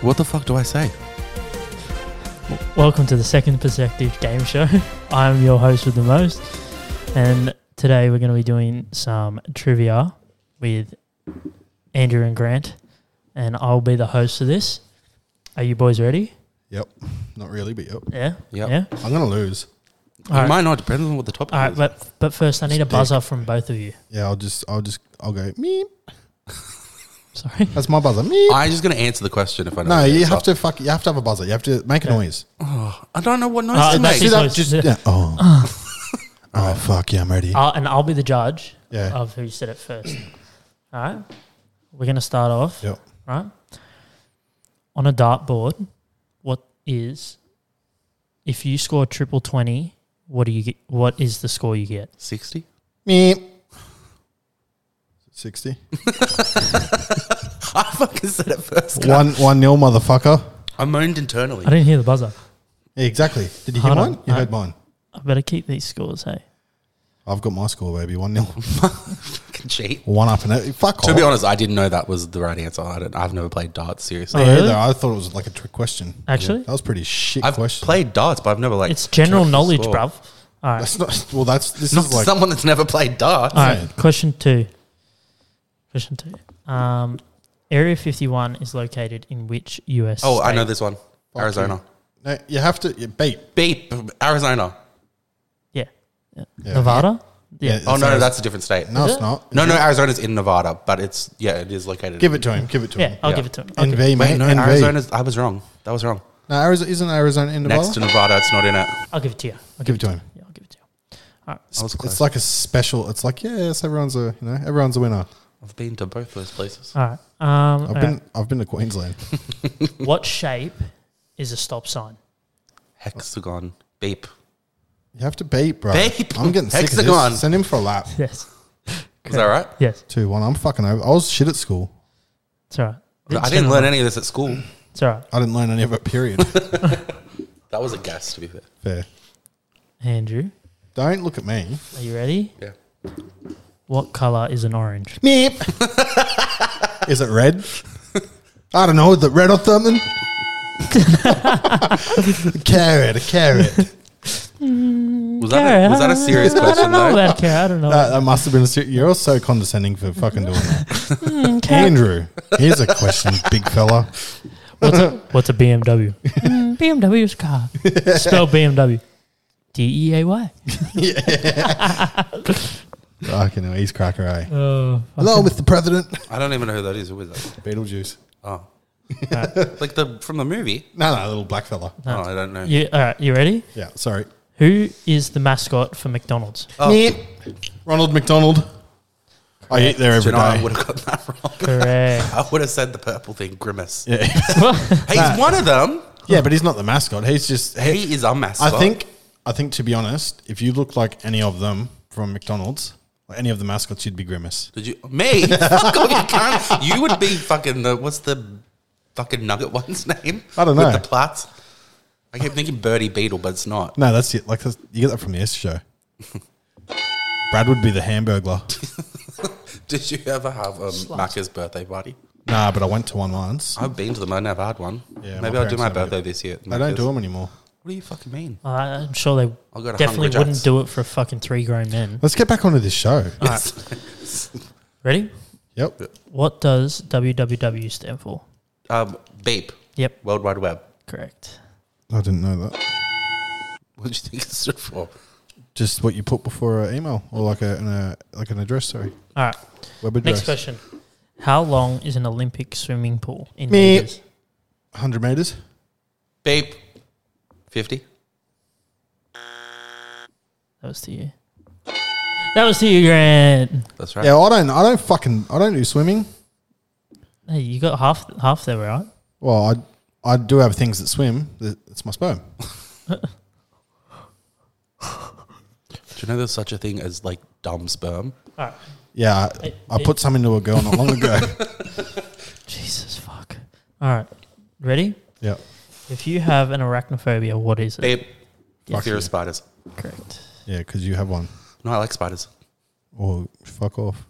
What the fuck do I say? W- Welcome to the Second Perspective Game Show. I'm your host with the most, and today we're going to be doing some trivia with Andrew and Grant, and I'll be the host of this. Are you boys ready? Not really, but yep. Yeah. Yep. Yeah. I'm gonna lose. All It right. might not depend on what the topic All right, is. but but first I need a Stick. buzzer from both of you. Yeah, I'll just, I'll just, I'll go. Meep. Sorry. That's my buzzer. Meep. I'm just going to answer the question if I don't No, know the you answer. have to fuck. You have to have a buzzer. You have to make a Yeah. noise. Oh, I don't know what noise Uh, to make. that's See Make that? noise. Just Yeah. Ah. yeah. Oh. oh fuck yeah, I'm ready. I'll, and I'll be the judge Yeah. of who said it first. All right. We're going to start off. Yep. Right. On a dartboard, what is if you score triple 20, what do you get what is the score you get? 60? Meep. Sixty. I fucking said it first. One one nil, motherfucker. I moaned internally. I didn't hear the buzzer. Yeah, exactly. Did you hear Hold on. Ah. mine? You I- heard mine. I better keep these scores, hey. I've got my score, baby. One nil. Fucking cheat. One up and it. Fuck To off. be honest, I didn't know that was the right answer. I don't, I've never played darts, seriously. Oh, Yeah, really? though, I thought it was like a trick question. Actually? that was pretty shit I've question. played darts, but I've never like. It's general checked the knowledge, score. bruv. All right. That's not. Well, that's this Not is like someone that's never played darts. All right, question two. Question two. Um, Area 51 is located in which US? oh, I know state? this one. Fuck Arizona. no. You have to yeah, beat. Beep. Arizona. Yeah. yeah. Yeah. Nevada? Yeah. Oh, no, It's no, Arizona. that's a different state. No, Is it's it? not. No, no, Arizona's in Nevada, but it's, yeah, it is located. Give it to him. Give it to Yeah, him. I'll Yeah. give it to him. I'll give it- NV, Wait, mate. no, NV. Arizona's. I was wrong. That was wrong. No, Arizona isn't Arizona in Nevada. Next to Nevada, it's not in it. I'll give it to you. I'll give it to him. Yeah, I'll give it to you. I was close. It's like a special. It's like yes, everyone's a you know everyone's a winner. I've been to both those places. All right. Um, I've all been I've been to Queensland. right. what shape is a stop sign? Hexagon. Beep. You have to beat, bro. Beep. I'm getting sick of Hexagon. this. Send him for a lap. Yes. Is that right? Yes. Two one. I'm fucking over. I was shit at school. It's all right. I didn't learn any of this at school. It's all right. I didn't learn any of it. Period. That was a guess, to be fair. Fair. Andrew, Don't look at me. are you ready? Yeah. What color is an orange? Meep. Is it red? I don't know. Is it red or something? carrot. A carrot. Was that, a, was that a serious I question, don't know though? about carrot. I don't know. That, that must have been. A ser- You're so condescending for fucking doing that, Mm, carrot. Andrew. Here's a question, big fella. What's a, what's a BMW? mm, BMW's car. Spell BMW. D E A Y. Fucking hell, he's cracker, eh? Oh, Hello, Mr. President. I don't even know who that is. Who is that? Beetlejuice. Oh. like the from the movie? No, no, little black fella. Oh, I don't know. you, all right. You ready? Yeah, sorry. Who is the mascot for McDonald's? Oh. Meep. Ronald McDonald. I eat there Do you every know, I day. would have got that wrong. Correct. I would have said the purple thing, Grimace. Yeah. Hey, he's one of them. yeah, but he's not the mascot. He's just. He, He is a mascot. I think. I think to be honest, if you look like any of them from McDonald's, like any of the mascots, you'd be grimace. Did you me? Fuck off, you cunt. You would be fucking the what's the fucking nugget one's name? I don't know. With the plats. I keep thinking Birdie Beetle, but it's not. No, that's it. Like that's, you get that from the S show. Brad would be the Hamburglar. Did you ever have um, Macca's birthday party? nah, but I went to one once. I've been to them. I never had one. Yeah, Maybe my I'll do parents Oh my never birthday did. this year. at They don't Macca's. do them anymore. What do you fucking mean? Uh, I'm sure they I'll go to definitely Hungry wouldn't Jack's. do it for a fucking three grown men. Let's get back onto this show. All right. Ready? Yep. What does WWW stand for? Um, Beep. Yep, World Wide Web. correct. I didn't know that. What do you think it's stood for? Just what you put before an email or like a, an, a like an address. Sorry, All right. web Next address. question. How long is an Olympic swimming pool in Me. meters? Hundred meters. Beep. Fifty. That was to you. That was to you, Grant. That's right. Yeah, I don't. I don't fucking. I don't do swimming. Hey, you got half half there, right? Well, I I do have things that swim. That- It's my sperm. Do you know there's such a thing as like dumb sperm? All right. Yeah, I, I put some into a girl not long ago. Jesus fuck. All right. Ready? yeah. If you have an arachnophobia, what is it? Beep. Yes. Fear of spiders. Correct. Yeah, because you have one. No, I like spiders. Or fuck off.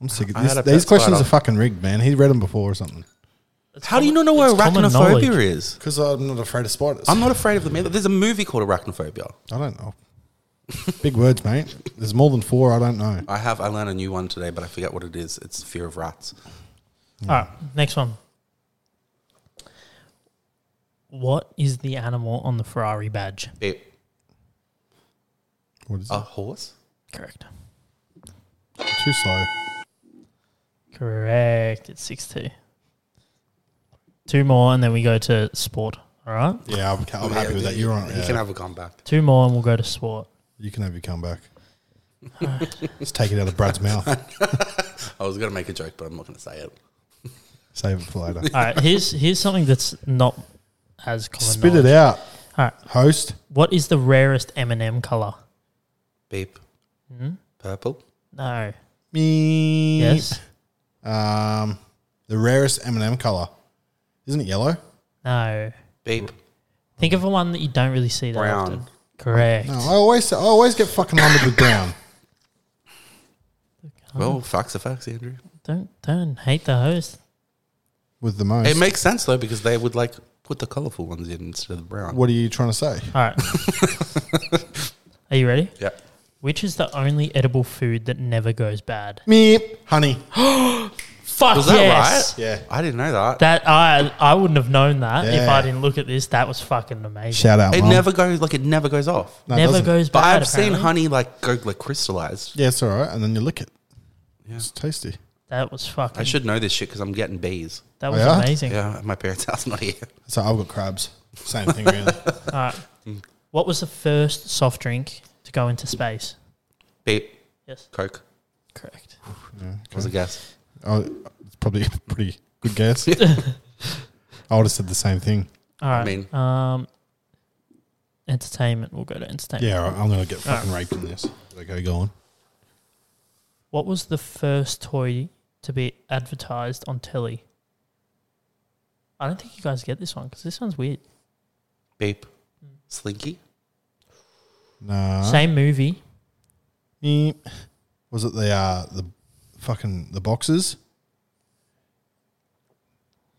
I'm sick of I this. had a These pet questions spider. are fucking rigged, man. He read them before or something. it's How do you common- not know what it's common arachnophobia knowledge. is? Because I'm not afraid of spiders. I'm not afraid of them either. There's a movie called Arachnophobia. I don't know. Big words, mate. There's more than four. I don't know. I have. I learned a new one today, but I forget what it is. It's fear of rats. All right, next one. What is the animal on the Ferrari badge? It, What is a horse? Correct. it? Too slow. Correct. It's 6 2. Two more, and then we go to sport. All right. Yeah, I'm, I'm happy with that. You're on. You yeah. can have a comeback. Two more, and we'll go to sport. You can have your comeback. Let's take it out of Brad's mouth. I was going to make a joke, but I'm not going to say it. Save it for later. All right. Here's here's something that's not as common. Spit it knowledge. out, All right. host. What is the rarest M and M color? Beep. Hmm? Purple. No. Me. Yes. Um, the rarest M&M color. Isn't it yellow? No. Beep. Think of a one that you don't really see that Brown. often. Correct. No, I always I always get fucking lumbered with brown. Well, facts are facts, Andrew. Don't don't hate the host. With the most. It makes sense though because they would like put the colourful ones in instead of the brown. what are you trying to say? All right. Are you ready? Yeah. Which is the only edible food that never goes bad? Me, honey. Fuck Was that yes. right? Yeah. I didn't know that. That I I wouldn't have known that if Yeah. I didn't look at this. That was fucking amazing. Shout out. it Mum. never goes like it never goes off. No, it Never doesn't. goes bad. But I've apparently. seen honey like go like crystallized. Yeah, it's all right. And then you lick it. Yeah. It's tasty. That was fucking. I should know this shit because I'm getting bees. that was yeah? amazing. Yeah, at my parents' house, not here. So I've got crabs. Same thing, really. All right. Mm. What was the first soft drink to go into space? Beep. Yes. Coke. Correct. Was a guess. oh, it's probably a pretty good guess. I would have said the same thing. All right. I mean- um, entertainment. We'll go to entertainment. Yeah, all right, I'm going to get fucking raped in this. Okay, go on. What was the first toy to be advertised on telly? I don't think you guys get this one because this one's weird. Beep. Slinky. Nah. Same movie. Meep. Was it the uh, the fucking the boxes?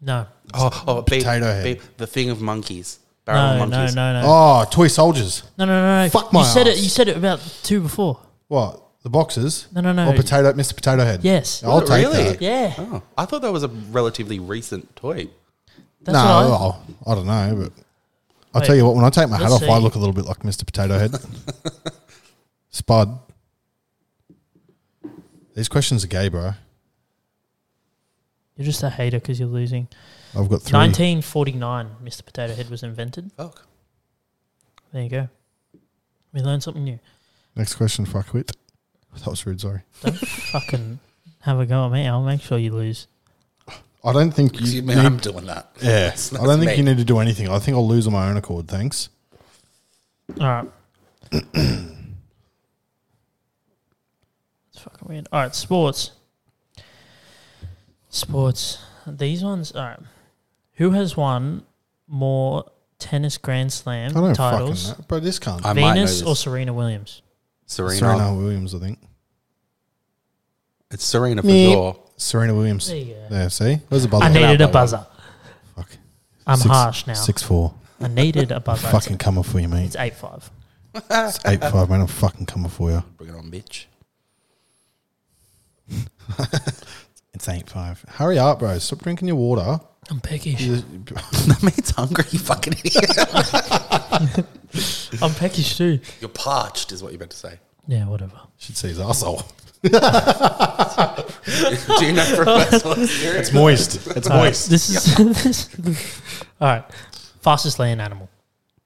No. Oh, oh, beep. Potato head. Beep. The thing of monkeys. Barrel No, of no, no, monkeys. no, no. Oh, toy soldiers. No, no, no. Fuck you my said it. ass. You said it about two before. What the boxes? No, no, no. Or potato, Mr. Potato Head. Yes. I'll What, take really? that. Yeah. Oh, I thought that was a relatively recent toy. That's no, what I- well, I, don't know, but I'll Wait, tell you what. When I take my hat let's off, I see. look a little bit like Mr. Potato Head. Spud. These questions are gay, bro. You're just a hater because you're losing. I've got three. 1949, Mr. Potato Head was invented. Fuck. There you go. We learned something new. Next question, fuckwit. That was rude. Sorry. Fucking have a go at me. I'll make sure you lose. I don't think you. Excuse me, I'm doing that. yeah, That's- I don't that's think you me. need to do anything. I think I'll lose on my own accord. Thanks. All right. it's fucking weird. All right, sports. Sports. These ones. All right. Who has won more tennis Grand Slam I don't titles, fucking know, bro. This can't. I might know Venus this. or Serena Williams? Serena. Serena Williams, I think. It's Serena for Me. sure. Serena Williams. There There, you go. see? Where's the buzzer? I needed a that one. buzzer. Fuck. I'm Six- harsh now. Six four. I needed a buzzer. It's- fucking coming for you, mate. It's eight five. It's eight five, man. I'm fucking coming for you. Bring it on, bitch. It's eight five. Hurry up, bro. Stop drinking your water. I'm peckish. You're that means hungry, you fucking idiot. I'm peckish too. You're parched, is what you're meant to say. Yeah, whatever. should see his asshole. Do you know Professor? It's moist. It's All right, moist. this is this. All right, fastest land animal.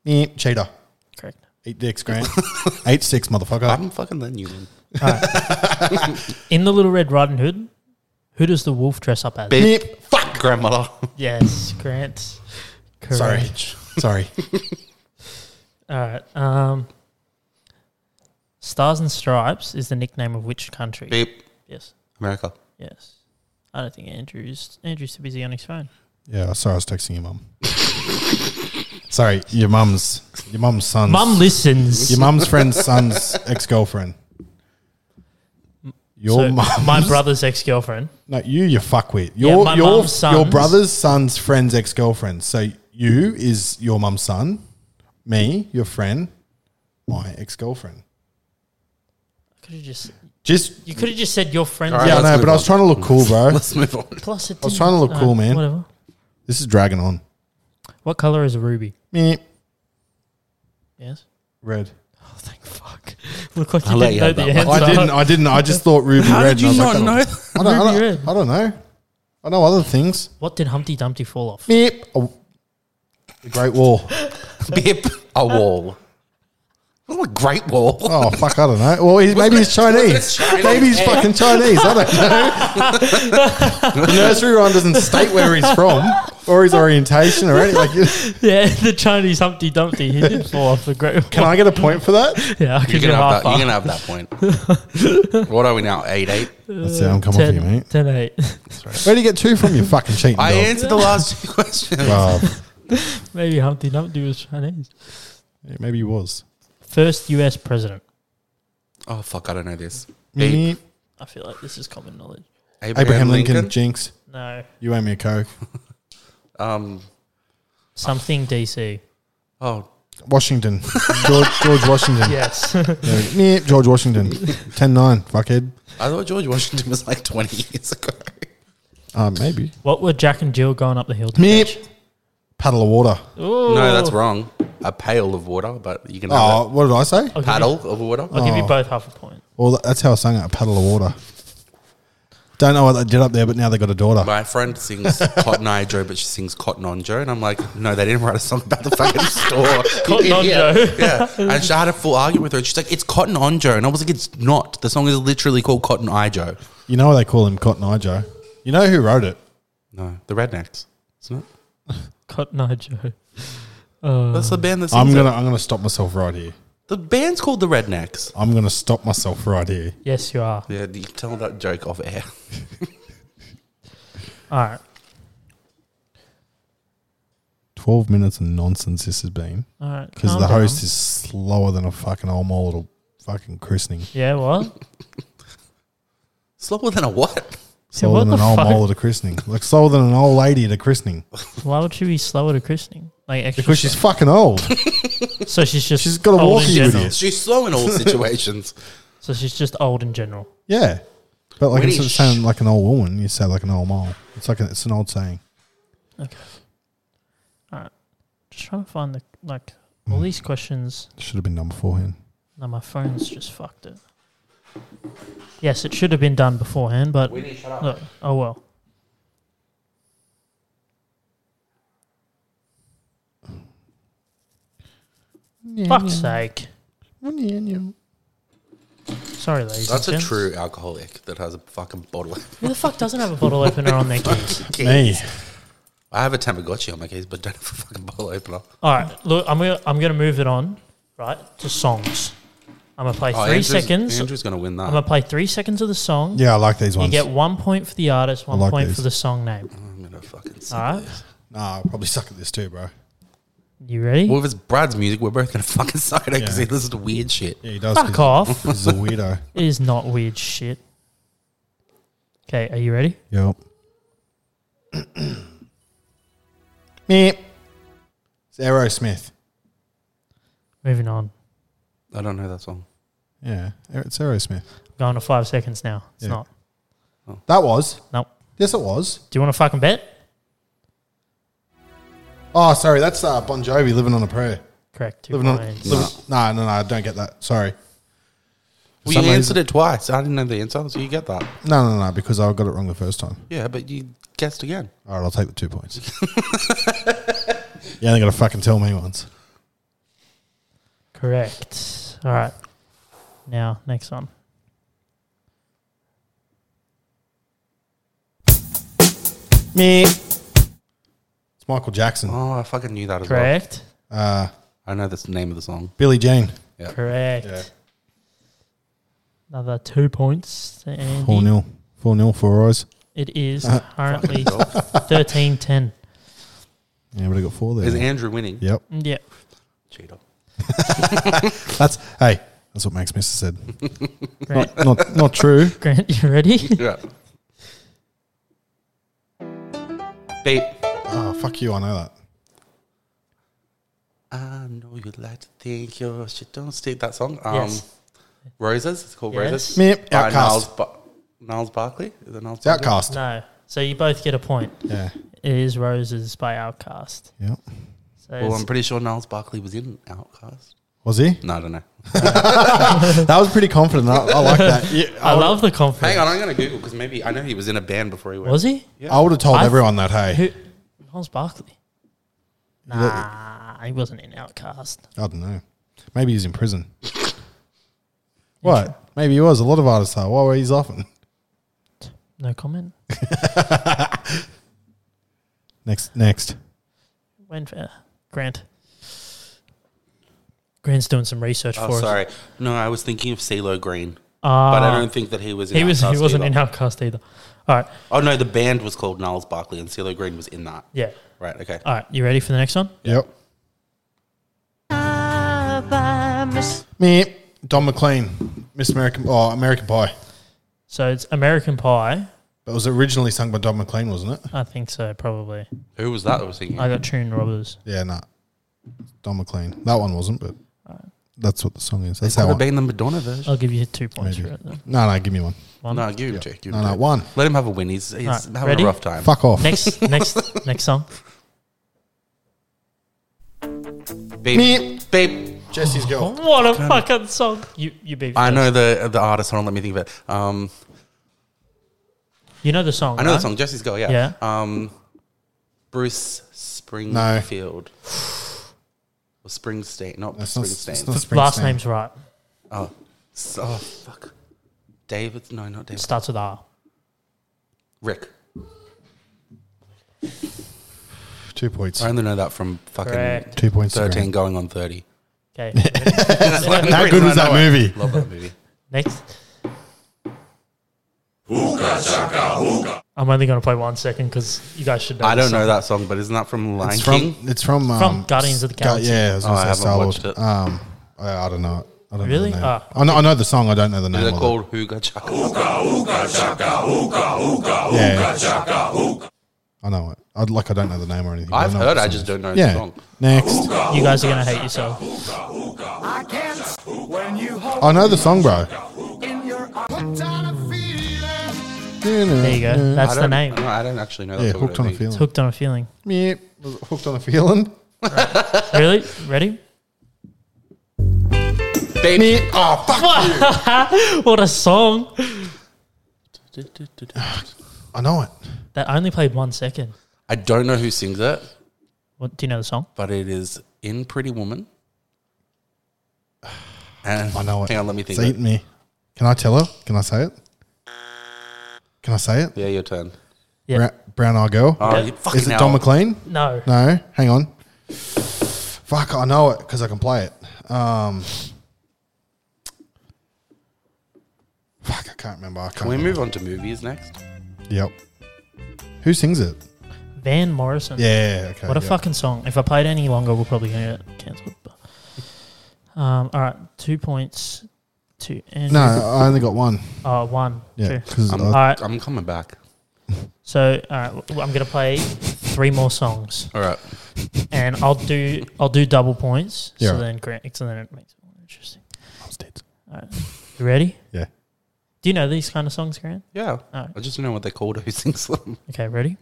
Meep, cheater. Correct. Eight dicks, Grant. eight six, motherfucker. I'm fucking letting you win. In the Little Red Riding Hood, who does the wolf dress up as? Meep. Fuck grandmother. Yes, Grant. Correct. Sorry. Sorry. All right. Um, Stars and Stripes is the nickname of which country? Beep. Yes. America. Yes. I don't think Andrew's Andrew's too busy on his phone. Yeah, sorry. I was texting your mum. sorry, your mum's your mum's son's Mum listens. your mum's friend's son's ex girlfriend. Your so mum's- my brother's ex girlfriend. No, you, you fuckwit. Yeah, Your my your mum's your sons. brother's son's friend's ex girlfriend. So you is your mum's son, me, your friend, my ex girlfriend. Could have just Just you could have just said your friend. All right, yeah, I let's know, move but I was on. trying to look cool, bro. Let's move on. Plus, it I was didn't- trying to look uh, cool, man. Whatever. this is dragging on. What color is a ruby? Meh. Yes. Red. Oh, thank fuck. Look like you I'll let didn't you know have the that answer. I didn't. I didn't. I just thought ruby How red. did you and I not was know? like, "Oh, I don't, I, Ruby don't, red. I don't know. I know other things. What did Humpty Dumpty fall off? Beep. Oh, the Great Wall. Bip, a wall. What a great wall. Oh fuck! I don't know. Well, he's, maybe he's Chinese. Chinese? Maybe he's fucking Chinese. I don't know. the nursery rhyme doesn't state where he's from or his orientation or anything. Like, you- Yeah, the Chinese Humpty Dumpty. He did fall off the great. can I get a point for that? Yeah, I'll You're give you gonna, have half. that, you're gonna have that point. what are we now? Eight eight. That's how I'm coming for you, mate. 10 8. Where do you get two from? You fucking cheating I dog. answered the last two questions. Wow. Maybe Humpty Dumpty was Chinese. Yeah, maybe he was. First US president. Oh fuck, I don't know this. Beep. Me, I feel like this is common knowledge. Abraham, Abraham Lincoln, Lincoln. Jinx. No. You owe me a coke. Um. Something DC. Oh, Washington, George, George Washington. Yes. There we go. Me, George Washington. 10-9, fuckhead. I thought George Washington was like twenty years ago. Uh, maybe. what were Jack and Jill going up the hill to Me, catch? paddle of water. Ooh. No, that's wrong. A pail of water, but you can have Oh, what did I say? I'll a give you- paddle of water. I'll give you Oh. both half a point. Well, tha- that's how I sang it, a paddle of water. Don't know what they did up there, but now they got a daughter. My friend sings Cotton Eye Joe, but she sings Cotton On Joe. And I'm like, no, they didn't write a song about the fucking store. Cotton On yeah, Joe. Yeah. And she had a full argument with her. And she's like, it's Cotton On Joe. And I was like, it's not. The song is literally called Cotton Eye Joe. You know why they call him Cotton Eye Joe? You know who wrote it? No, the Rednecks. Isn't it? Cotton Eye Joe. That's the band that sings I'm it. gonna I'm gonna stop myself right here. The band's called the Rednecks. I'm gonna stop myself right here. Yes, you are. Yeah, you can tell that joke off air. All right. Twelve minutes of nonsense this has been All right. because calm the down. host is slower than a fucking old mole at a fucking christening. Yeah, what? Slower than a what? Yeah, Slower what than the an old fuck? mole at a christening. Like slower than an old lady at a christening Why would she be slower to christening? Like extra because she's fucking old. slow. so she's just She's got a old in walkie with general. you. She's slow in all situations. So she's just old in general. Yeah, but like When instead of is- saying like an old woman, you say like an old mole. It's like a, it's an old saying. Just trying to find the like all these questions. Should have been done beforehand. No, my phone's just fucked it. Yes, it should have been done beforehand, but Winnie, shut up. look, oh well. Fuck's sake. Sorry, ladies. That's and a gents. true alcoholic that has a fucking bottle. Who the fuck doesn't have a bottle opener on their keys? Me. I have a Tamagotchi on my keys, but don't have a fucking bottle opener. All right, look, I'm gonna I'm gonna move it on, right, to songs. I'm gonna play Oh, three Andrew's- seconds. Andrew's gonna win that. I'm gonna play three seconds of the song. Yeah, I like these You ones. get one point for the artist, one like point these. for the song name. I'm gonna fucking see. All right, Nah, I probably suck at this too, bro. you ready? Well, if it's Brad's music, we're both gonna fucking suck at it because Yeah. he listens to weird shit. Yeah, he does. Fuck off! He's a weirdo. it is not weird shit. Okay, are you ready? yep. Meep. It's Aerosmith. Moving on. I don't know that song. Yeah, it's Aerosmith. Going to five seconds now. It's Yeah. not. That was. Nope. Yes, it was. Do you want to fucking bet? Oh, sorry. That's uh, Bon Jovi, Living on a Prayer. Correct. Two Living on. points. Living, no, no, no. I don't get that. Sorry. Well, you some reason- answered it twice. I didn't know the answer, so you get that. No, no, no. Because I got it wrong the first time. Yeah, but you guessed again. All right, I'll take the two points. you ain't got to fucking tell me once. Correct. All right. Now, next one. Me. It's Michael Jackson. Oh, I fucking knew that as well. Correct. Uh, I know that's the name of the song. Billy Jean. Yeah. Correct. Yeah. Another two points to Andy. 4 0. 4 0 for eyes. It is Uh, currently Fucking hell. thirteen ten. Yeah, but I got four there. Mm, Is Andrew winning? Yep. Yeah. Cheater. That's, hey, That's what Max Mister said. Grant, Not not true. Grant, you ready? Yeah. Beep. Oh fuck you! I know that. I know you like to think your shit don't stick. That song. Um, Yes. Roses. It's called Roses. Yes. Meep, By Niles, outcast. ba- Niles Barkley. Is it Niles It's outcast. No. So you both get a point. Yeah. It is Roses by Outcast. Yeah. So Well, it's- I'm pretty sure Niles Barkley was in Outcast. Was he? No, I don't know. That was pretty confident. I, I like that. Yeah, I love the confidence. Hang on, I'm going to Google because maybe I know he was in a band before he went. Was he? I would have told I- everyone that. Hey, Who? Miles Barkley. Nah, he wasn't in Outcast. I don't know. Maybe he's in prison. what? Maybe he was. A lot of artists are. Why were he's often? No comment. Next, next. When uh, Grant. Grant's doing some research for Oh, us. sorry. No, I was thinking of CeeLo Green. Ah, but I don't think that he was in he was. He Outcast wasn't either. in Outcast either. All right. Oh, no, the band was called Niles Barkley and CeeLo Green was in that. Yeah. Right, okay. All right. You ready for the next one? Yep. Me, Don McLean, Miss American, oh American Pie, So it's American Pie. but it was originally sung by Don McLean, wasn't it? I think so. Probably. Who was that I was thinking? I got Tune Robbers. Yeah, nah. Don McLean. That one wasn't, but that's what the song is. That's Could how. have one. been the Madonna version. I'll give you two points Maybe. for it. Then. No, no, give me one. no, give him two. Give him No, no, two. one. Let him have a win. He's, he's Alright, having ready? a rough time. Fuck off. Next, next, next song. Beep. Meep. Beep. Jesse's girl. What a fucking song! You, you beat. I first. know the the artist. Hold on, let me think of it. Um, You know the song. I know the right? song. Jesse's Girl. Yeah. Yeah. Um, Bruce Springfield. Or Springsteen, not That's not, Springsteen. that's not Springsteen. Last name's right. oh, S- oh, fuck. David? No, not David. Starts with R. Rick. Two points. I only know that from fucking Correct. Two points. to thirteen Grant. going on thirty. Okay. How good was that movie? Love that movie. next. I'm only going to play one second because you guys should know. I this don't know song. that song, but isn't that from Lion It's King? from. It's from. Um, Guardians of the Gu- Galaxy. yeah, I was Oh, I gonna say haven't Star Wars. watched it. Um, I, I don't know. it. I don't Really? Know the name. Ah. I, know, I know the song. I don't know the name. Is of it it. Oh, called Hooga Chaka? Yeah. I know it. I like. I don't know the name or anything. but I've know what heard. the I song just is. don't know Yeah. the song. Next. You guys are going to hate yourself. I can't s- when you hold I know the song, bro. in your arms. Hooked on a feeling. There you go. That's I the don't- name. No, I don't actually know. Yeah, That's what hooked on I a think. It's feeling. hooked on a feeling. Yeah, was it hooked on a feeling. Really? Ready? Baby. Oh fuck! What a song! I know it. That only played one second. I don't know who sings it, What, do you know the song? but it is in Pretty Woman. And I know it. Hang on, let me think. It's of it. eating me. Can I tell her? Can I say it? Can I say it? Yeah, your turn. Yeah. Bra- brown eye girl. Oh, Yeah. you fucking Is it hell. Don McLean? No. No. Hang on. Fuck! I know it because I can play it. Um. Fuck! I can't remember. I can't Can we remember. move on to movies next? Yep. Who sings it? Van Morrison. Yeah. Okay. What a yep. fucking song. If I played any longer, we're probably going to get cancelled. but- Um, all right, two points to No, Andrew. I only got one. Oh, one. Two. Yeah. 'cause I'm- I- All right, I'm coming back. so all right, w- I'm going to play three more songs, All right. and I'll do I'll do double points. Yeah. So then, great. So then it makes it more interesting. I was dead. You ready? Yeah. Do you know these kind of songs, Grant? Yeah. Alright. I just don't know what they're called. Who sings them? Okay, ready?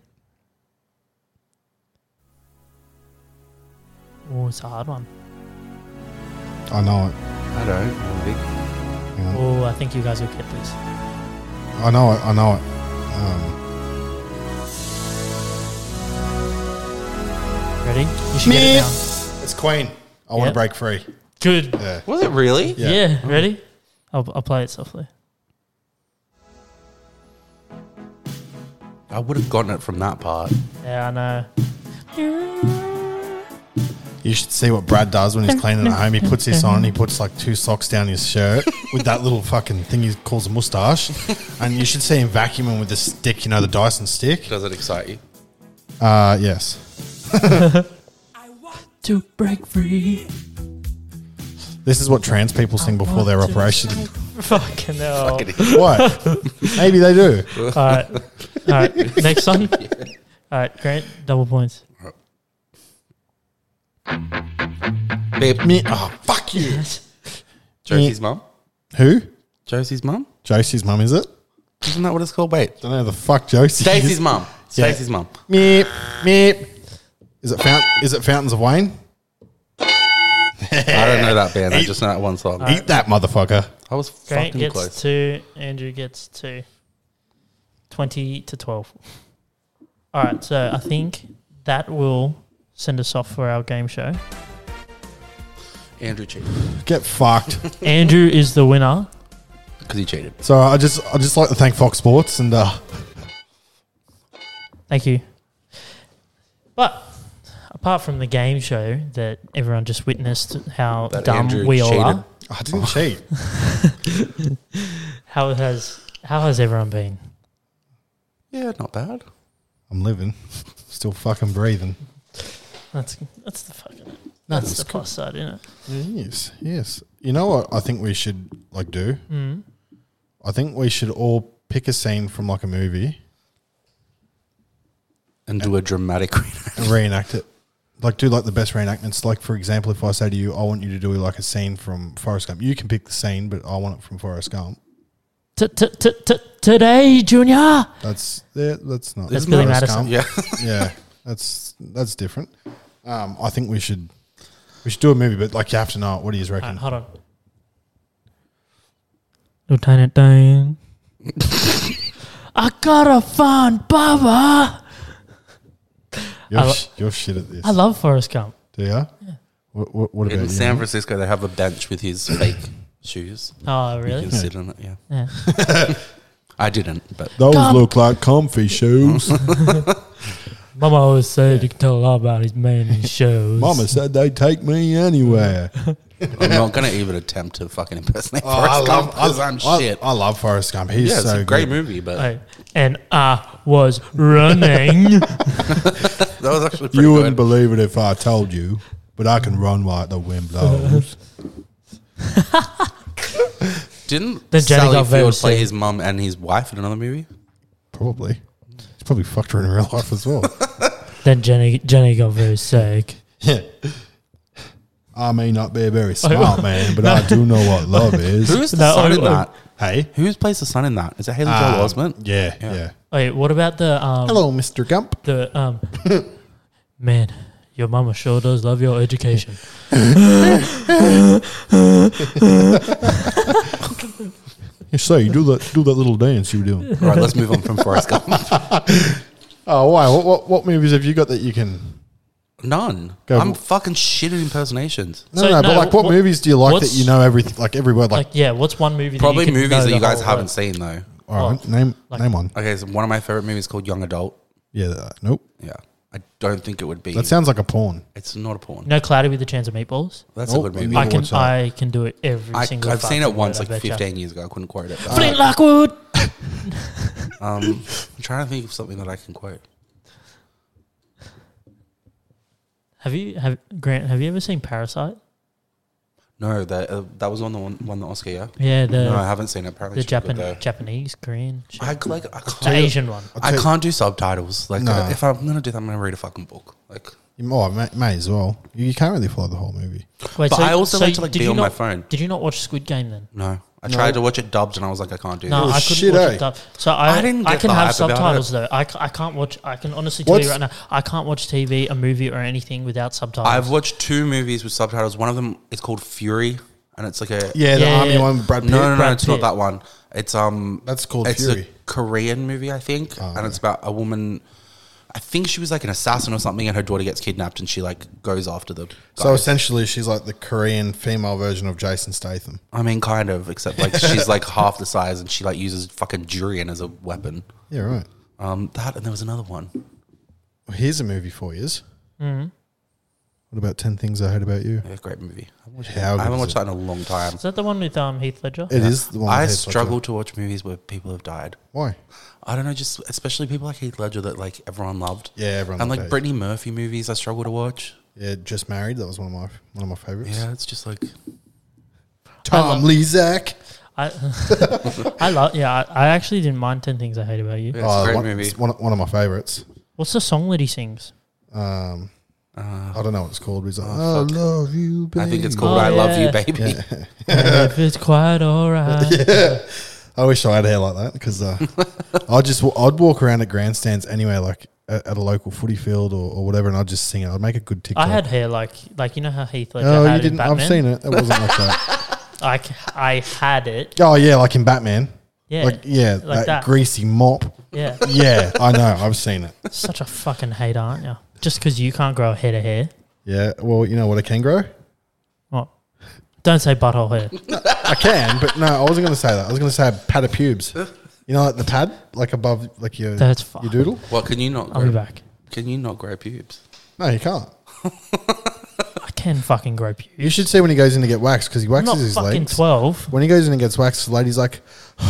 Oh, it's a hard one. I know it. I don't. I think. Hang on. Oh, I think you guys will get this. I know it. I know it. Um, Ready? You should get it now. it's Queen. I want Yep. to break free. Good. Yeah. Was it really? Yeah. Yeah, ready? I'll, I'll play it softly. I would have gotten it from that part. Yeah, I know. You should see what Brad does when he's cleaning at home. He puts this on and he puts like two socks down his shirt with that little fucking thing he calls a mustache. And you should see him vacuuming with the stick, you know, the Dyson stick. Does it excite you? Uh, yes. To break free. This is what trans people sing before their One, two, operation. three. Fucking hell. Oh. what? Maybe they do. All right. All right. Next one. All right. Grant, double points. Babe, Me? Oh, fuck you. Josie's mum. Who? Josie's mum. Josie's mum, is it? Isn't that what it's called? Wait, Don't know the fuck Josie. Stacey's is. mum. Yeah. Stacey's mum. Meep, meep. Is it Fount- Is it Fountains of Wayne? I don't know that band. I just know that one song. Eat that motherfucker. I was Grant fucking gets close. two. Andrew gets two. 20 to 12. All right. So I think that will send us off for our game show. Andrew cheated Get fucked. Andrew is the winner. because he cheated. so I just I just like to thank Fox Sports and uh, Thank you. But apart from the game show that everyone just witnessed, how That dumb Andrew we all cheated. are. I didn't cheat. How has how has everyone been? Yeah, not bad. I'm living, still fucking breathing. That's that's the fucking No, that's it's the cool. plus side, isn't it? Yes, yes. You know what I think we should like do? Mm. I think we should all pick a scene from like a movie And do a dramatic reenact. and reenact it. Like do like the best reenactments. Like for example, if I say to you, I want you to do like a scene from Forrest Gump, you can pick the scene, but I want it from Forrest Gump. Today, Junior. That's yeah, that's not. That's Billy Forrest Madison. Gump. Yeah. yeah, that's that's different. Um, I think we should we should do a movie, but like you have to know it. What do you All right, reckon? hold on. Lieutenant Dan. I gotta find Baba. You're, I lo- sh- you're shit at this. I love Forrest Gump. do you? What, what, what about In you? San Francisco, they have a bench with his fake shoes. Oh, You really? can sit on it. Yeah. Yeah. I didn't, but Those Gump. look like comfy shoes. Mama always said you can tell a lot about his man in his shows. Mama said they'd take me anywhere. I'm not going to even attempt to fucking impersonate Oh, Forrest Gump because I'm I- shit. I love Forrest Gump. He's yeah, it's so a great good. movie, but Right. And I was running. that was actually pretty You good. wouldn't believe it if I told you, but I can run like the wind blows. Didn't The Jenny Sally got very Field play sick. his mum and his wife in another movie? probably. He's probably fucked her in real life as well. then Jenny Jenny got very sick. Yeah. I may not be a very smart man, but I do know what love is. Who is the No, Ah, son I- in I- that? Hey. Who plays the son in that? Is it Haley um, Joel Osment? Yeah, Yeah. yeah. Wait, what about the um Hello, Mr. Gump. the um man? Your mama sure does love your education. You say do that do that little dance you were doing. All right, let's move on from Forrest Gump. Oh wow, what, what what movies have you got that you can None. Go. I'm fucking shit at impersonations. No So, no, but no, like what, what- movies do you like that what's- you know everything like every word like, Like, yeah, what's one movie? Probably that you can know movies that the you guys whole haven't word? seen though. all right, name like- name one. Okay, so one of my favorite movies is called Young Adult. Yeah, that- nope. Yeah, I don't think it would be. That sounds like a porn. it's not a porn. You know, Cloudy with a Chance of Meatballs. That's Nope, a good you movie. need I, I to can watch that. I can do it every I, single. have seen fucking it once, word, I like bet ya. 15 years ago. I couldn't quote it. but- Flint Lockwood. Um, I'm trying to think of something that I can quote. Have you have Grant? Have you ever seen Parasite? No, that uh, that was on the one won the Oscar. Yeah. Yeah, the no, I haven't seen it. Apparently, the it's really Japan good, though. Japanese Korean shit. I like I the can't, Asian one. I can't do subtitles. Like No. if I'm gonna do that, I'm gonna read a fucking book. Like You- Oh, may, may as well. You, you can't really follow the whole movie. Wait, But I also like to, like, did be you on my not- phone. Did you not watch Squid Game then? no, I tried to watch it dubbed, and I was like, I can't do No, that. I couldn't shit, watch eh? it. Dub- so I, I I, didn't get can the have hype about subtitles though. I, c- I can't watch. I can honestly tell you right What's- now, I can't watch TV, a movie, or anything without subtitles. I've watched two movies with subtitles. One of them is called Fury, and it's like a Yeah, the Yeah, army yeah. one, with Brad Pitt. No, no, no, Brad it's not Pitt. that one. It's um, That's called it's Fury. Oh, a Korean movie, I think, and it's about a woman. I think she was like an assassin or something, and her daughter gets kidnapped, and she like goes after them. So essentially, she's like the Korean female version of Jason Statham. I mean, kind of, except like she's like half the size, and she like uses fucking durian as a weapon. Yeah, right. Um, that and there was another one. Well, here's a movie for yous. Mm-hmm. What about 10 Things I Heard About You? Yeah, great movie. I haven't watched, How I good haven't is watched it? that in a long time. Is that the one with um, Heath Ledger? It is the one. I with Heath Ledger. struggle to watch movies where people have died. Why? I don't know, just especially people like Heath Ledger that like everyone loved. Yeah, everyone and loved like that. Brittany Murphy movies, I struggle to watch. Yeah, Just Married. That was one of my one of my favorites. Yeah, it's just like Tom Lezak. I, I love. Yeah, I, I actually didn't mind Ten Things I Hate About You. Yeah, it's a great Oh, one, movie. it's one, one of my favorites. What's the song that he sings? Um, I don't know what it's called. But it's like, I love you, baby. Uh, oh, I think it's called Oh, I Love You, yeah. Baby. if it's quite alright. I wish I had hair like that because uh, I just wa- I'd walk around at grandstands anyway, like at, at a local footy field or, or whatever, and I'd just sing it. I'd make a good TikTok. I had hair like like you know how Heath Ledger Oh, had you didn't. in Batman. I've seen it. It wasn't like that. Like I had it. Oh yeah, like in Batman. Yeah. Like yeah, Like that, that. greasy mop. yeah. Yeah, I know. I've seen it. Such a fucking hater, aren't you? Just because you can't grow a head of hair. Yeah. Well, you know what? I can grow. What? Don't say butthole hair. I can, but no, I wasn't going to say that. I was going to say a pad of pubes. You know, like the pad, like above, like your That's fine. your doodle. Well, can you not? I'll be Grow, back. can you not grow pubes? No, you can't. I can fucking grow You pubes. should see when he goes in to get waxed because he I'm waxes not his fucking legs. twelve. When he goes in and gets waxed, the lady's like,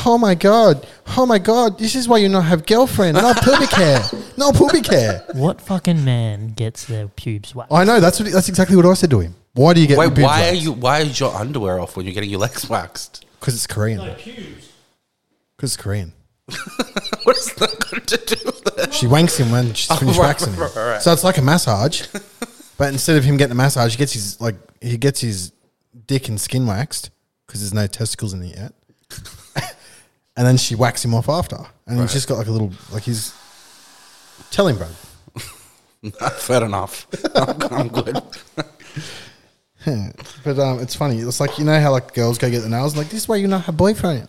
"Oh my god, oh my god, this is why you not have girlfriend, no pubic hair, no pubic hair." What fucking man gets their pubes waxed? I know that's what, that's exactly what I said to him. Why do you get? your Wait, boobs why are waxed? you? Why is your underwear off when you're getting your legs waxed? Because it's Korean. Because it's Korean. What is that got to do with it? She wanks him when she's finished Oh, right, waxing him. right, right. So it's like a massage, but instead of him getting a massage, he gets his like he gets his dick and skin waxed because there's no testicles in it yet. and then she whacks him off after, and he's just got like a little like he's. Tell him, bro. Fair enough. I'm, I'm good. But um, it's funny. It's like you know how like girls go get the nails. Like this way, you not have boyfriend.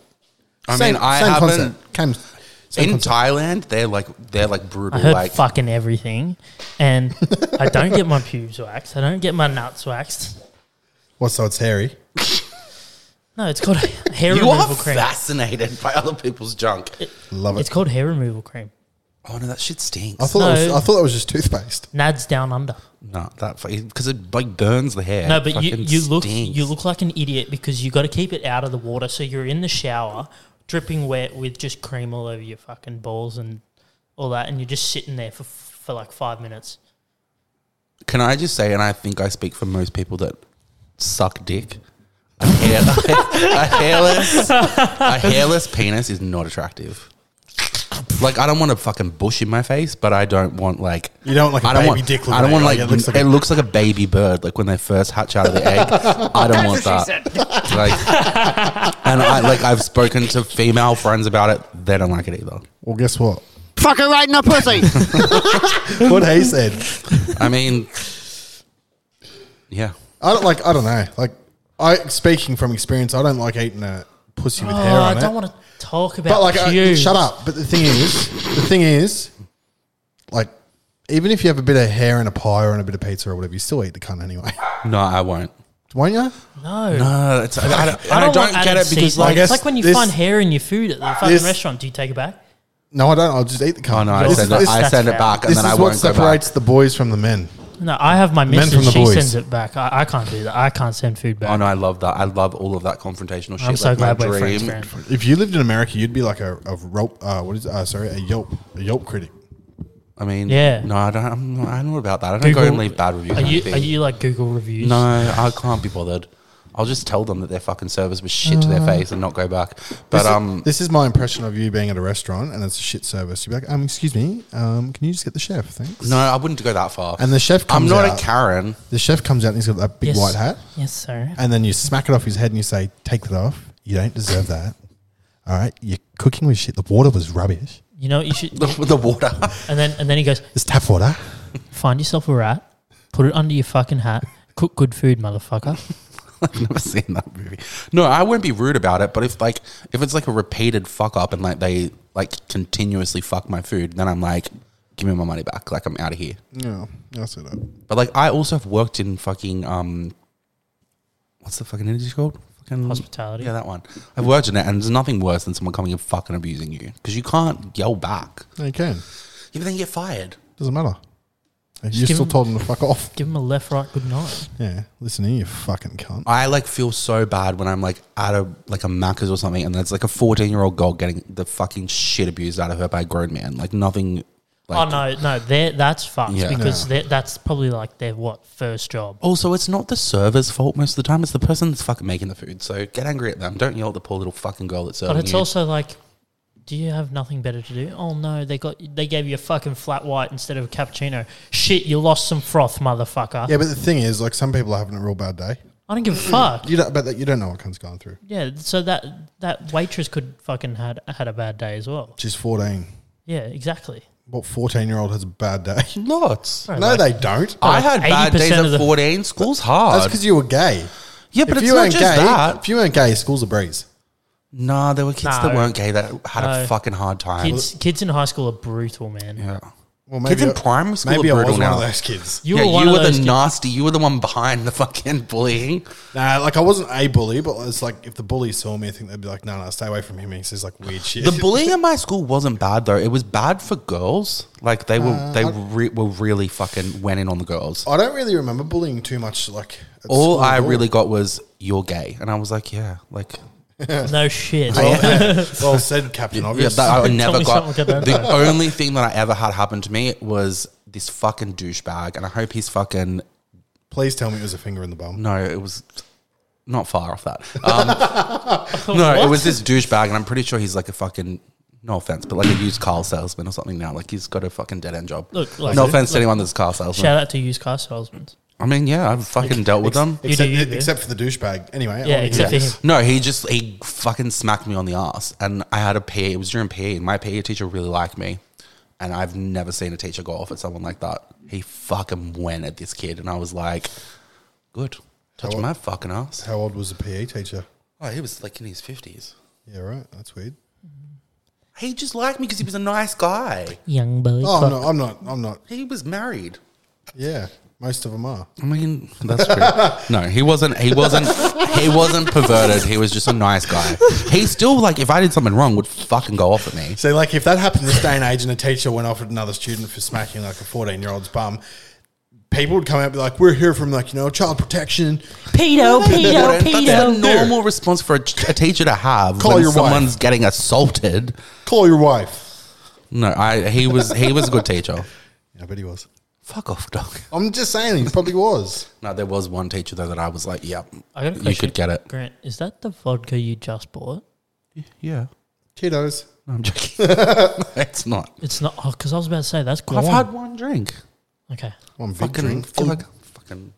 I mean, I haven't. Came, In same concept. Thailand, they're like they're like I brutal. heard like fucking everything, and I don't get my pubes waxed. I don't get my nuts waxed. What? So it's hairy. No, it's called hair you are removal cream. fascinated by other people's junk. Love it. It's called hair removal cream. Oh no, that shit stinks. I thought that was, No. I thought that was just toothpaste. Nads down under. no, that because it like burns the hair. No, but you, Fucking you look stinks. you look like an idiot because you got to keep it out of the water. So you're in the shower, dripping wet with just cream all over your fucking balls and all that, and you're just sitting there for for like five minutes. Can I just say, and I think I speak for most people that suck dick. A, hair, a hairless, a hairless penis is not attractive. Like I don't want a fucking bush in my face, but I don't want like You don't want, like, a I don't baby want dick I don't looking want at like you. it It looks, looks like like a- a, baby bird, like when they first hatch out of the egg. I don't want that. Like, and I like I've spoken to female friends about it. They don't like it either. Well, guess what? Fucker right in the pussy. what he said. I mean, yeah. I don't like. I don't know. Like I speaking from experience, I don't like eating a pussy with Oh, hair on I don't it. want to talk about but like, I, pubes. shut up. But the thing is, the thing is, like, even if you have a bit of hair in a pie or in a bit of pizza or whatever, you still eat the cunt anyway, No, I won't. won't you? No. Uh, it's, I, I don't, I and don't, I don't want get added it because seasoning. like, guess it's like when you this- find hair in your food at the fucking this- restaurant, do you take it back? No, I don't. I'll just eat the cunt. oh no, I This- send that's- it, I that's send it fair. back and this then I is what won't go back. separates the boys from the men. No, I have my Men from missus. the She boys. sends it back. I, I can't do that. I can't send food back. Oh no, I love that. I love all of that confrontational shit. I'm so like, my glad we're friends, man. If you lived in America, you'd be like a, a rope. Uh, what is? Uh, sorry, a Yelp, a Yelp critic. I mean, Yeah. No, I don't. I'm, not- I don't know about that. I don't Google- go and leave bad reviews. Are on you anything. are you like Google reviews? No, I can't be bothered. I'll just tell them that their fucking service was shit to their face and not go back. But Uh, this um, is, this is my impression of you being at a restaurant and it's a shit service. You'd be like, um, excuse me, um, can you just get the chef? Thanks. no, I wouldn't go that far. And the chef I'm comes not out- a Karen. The chef comes out and he's got that big Yes. white hat, Yes, sir. and then you smack it off his head and you say, "Take that off. You don't deserve that. All right, your cooking was shit. The water was rubbish. You know what you should. The, the water. And then and then he goes, It's tap water. find yourself a rat, put it under your fucking hat, cook good food, motherfucker. I've never seen that movie. No, I wouldn't be rude about it, but if like if it's like a repeated fuck up and like they like continuously fuck my food, then I'm like, give me my money back. Like I'm out of here. Yeah, that's it. But like I also have worked in fucking um, what's the fucking industry called? Fucking Hospitality. Yeah, that one. I've worked in it, and there's nothing worse than someone coming and fucking abusing you because you can't yell back. No, you can. You then get fired. Doesn't matter. You give still him- told him to fuck off. Give him a left, right, good night. Yeah, listen here, you fucking cunt. I like feel so bad when I'm like at a like a Macca's or something, and there's like a 14 year old girl getting the fucking shit abused out of her by a grown man. Like nothing. Like, oh no, no, they're, that's fucked Yeah. because Yeah. they're, that's probably like their what first job. Also, it's not the server's fault most of the time. It's the person that's fucking making the food. So get angry at them. Don't yell at the poor little fucking girl that's serving But it's you. also like, do you have nothing better to do? Oh no, they got they gave you a fucking flat white instead of a cappuccino. Shit, you lost some froth, motherfucker. Yeah, but the thing is, like, some people are having a real bad day. I don't give a fuck. You don't, but that, you don't know what Cunt's going through. Yeah, so that that waitress could fucking had had a bad day as well. She's 14. Yeah, exactly. What 14 year old has a bad day? lots. Right, no, like- they don't. I like had bad 80% days of at the- 14. School's hard. That's because you were gay. yeah, but it's not just gay, that. if you weren't gay, school's a breeze. Nah, there were kids that No. weren't gay that had a No. fucking hard time. Kids kids in high school are brutal, man. yeah. Well, Kids in I- primary school Maybe are I was brutal one now. of those kids. You yeah, were one you of were the those kids- nasty. You were the one behind the fucking bullying. Nah, like I wasn't a bully, but it's like if the bully saw me, I think they'd be like, "No, no, stay away from him." He says like weird shit. The bullying in my school wasn't bad though. It was bad for girls. Like they Uh, were, they re- were really fucking went in on the girls. I don't really remember bullying too much. Like Oh, at All school I at all. really got was you're gay, and I was like, yeah, like No shit. Oh, well, well said, Captain yeah, Obvious. that I Tell never me got. something about The only thing that I ever had happen to me was this fucking douchebag, and I hope he's fucking Please tell me it was a finger in the bum. no, it was not far off that. Um, no, it was this douchebag, and I'm pretty sure he's like a fucking. No offense, but like a used car salesman or something now. Like he's got a fucking dead end job. Look, like- no offense to anyone that's a car salesman. Shout out to used car salesmen. I mean, yeah, I've fucking dealt with them. You Except, do, you do. except for the douchebag. Anyway, I Yeah, wanna except hear for this. him. No, he just he fucking smacked me on the ass, and I had a PE. It was during PE, and my PE teacher really liked me, and I've never seen a teacher go off at someone like that. He fucking went at this kid, and I was like, "Good, touch How- my fucking ass." How old was the PE teacher? Oh, he was like in his fifties. Yeah, right. That's weird. He just liked me because he was a nice guy. Young boy. Oh fuck. no, I'm not. I'm not. He was married. Yeah, most of them are. I mean, that's true. no, he wasn't. He wasn't. He wasn't perverted. He was just a nice guy. He still like if I did something wrong, would fucking go off at me. So, like, if that happened this day and age, and a teacher went off at another student for smacking like a 14 year old's bum, people would come out and be like, "We're here from like you know child protection." Pedo, pedo, That's a pedo. normal response for a, t- a teacher to have Call when your wife. someone's getting assaulted. Call your wife. No, I he was he was a good teacher. Yeah, I bet he was. Fuck off, dog. I'm just saying, he probably was. No, there was one teacher though that I was like, yep, I got a you question. could get it. Grant, is that the vodka you just bought? Yeah, Cheetos. no, I'm joking. No, it's not. It's not. Oh, because I was about to say that's gone. I've had one drink. okay. One big Fucking drink. feel like fucking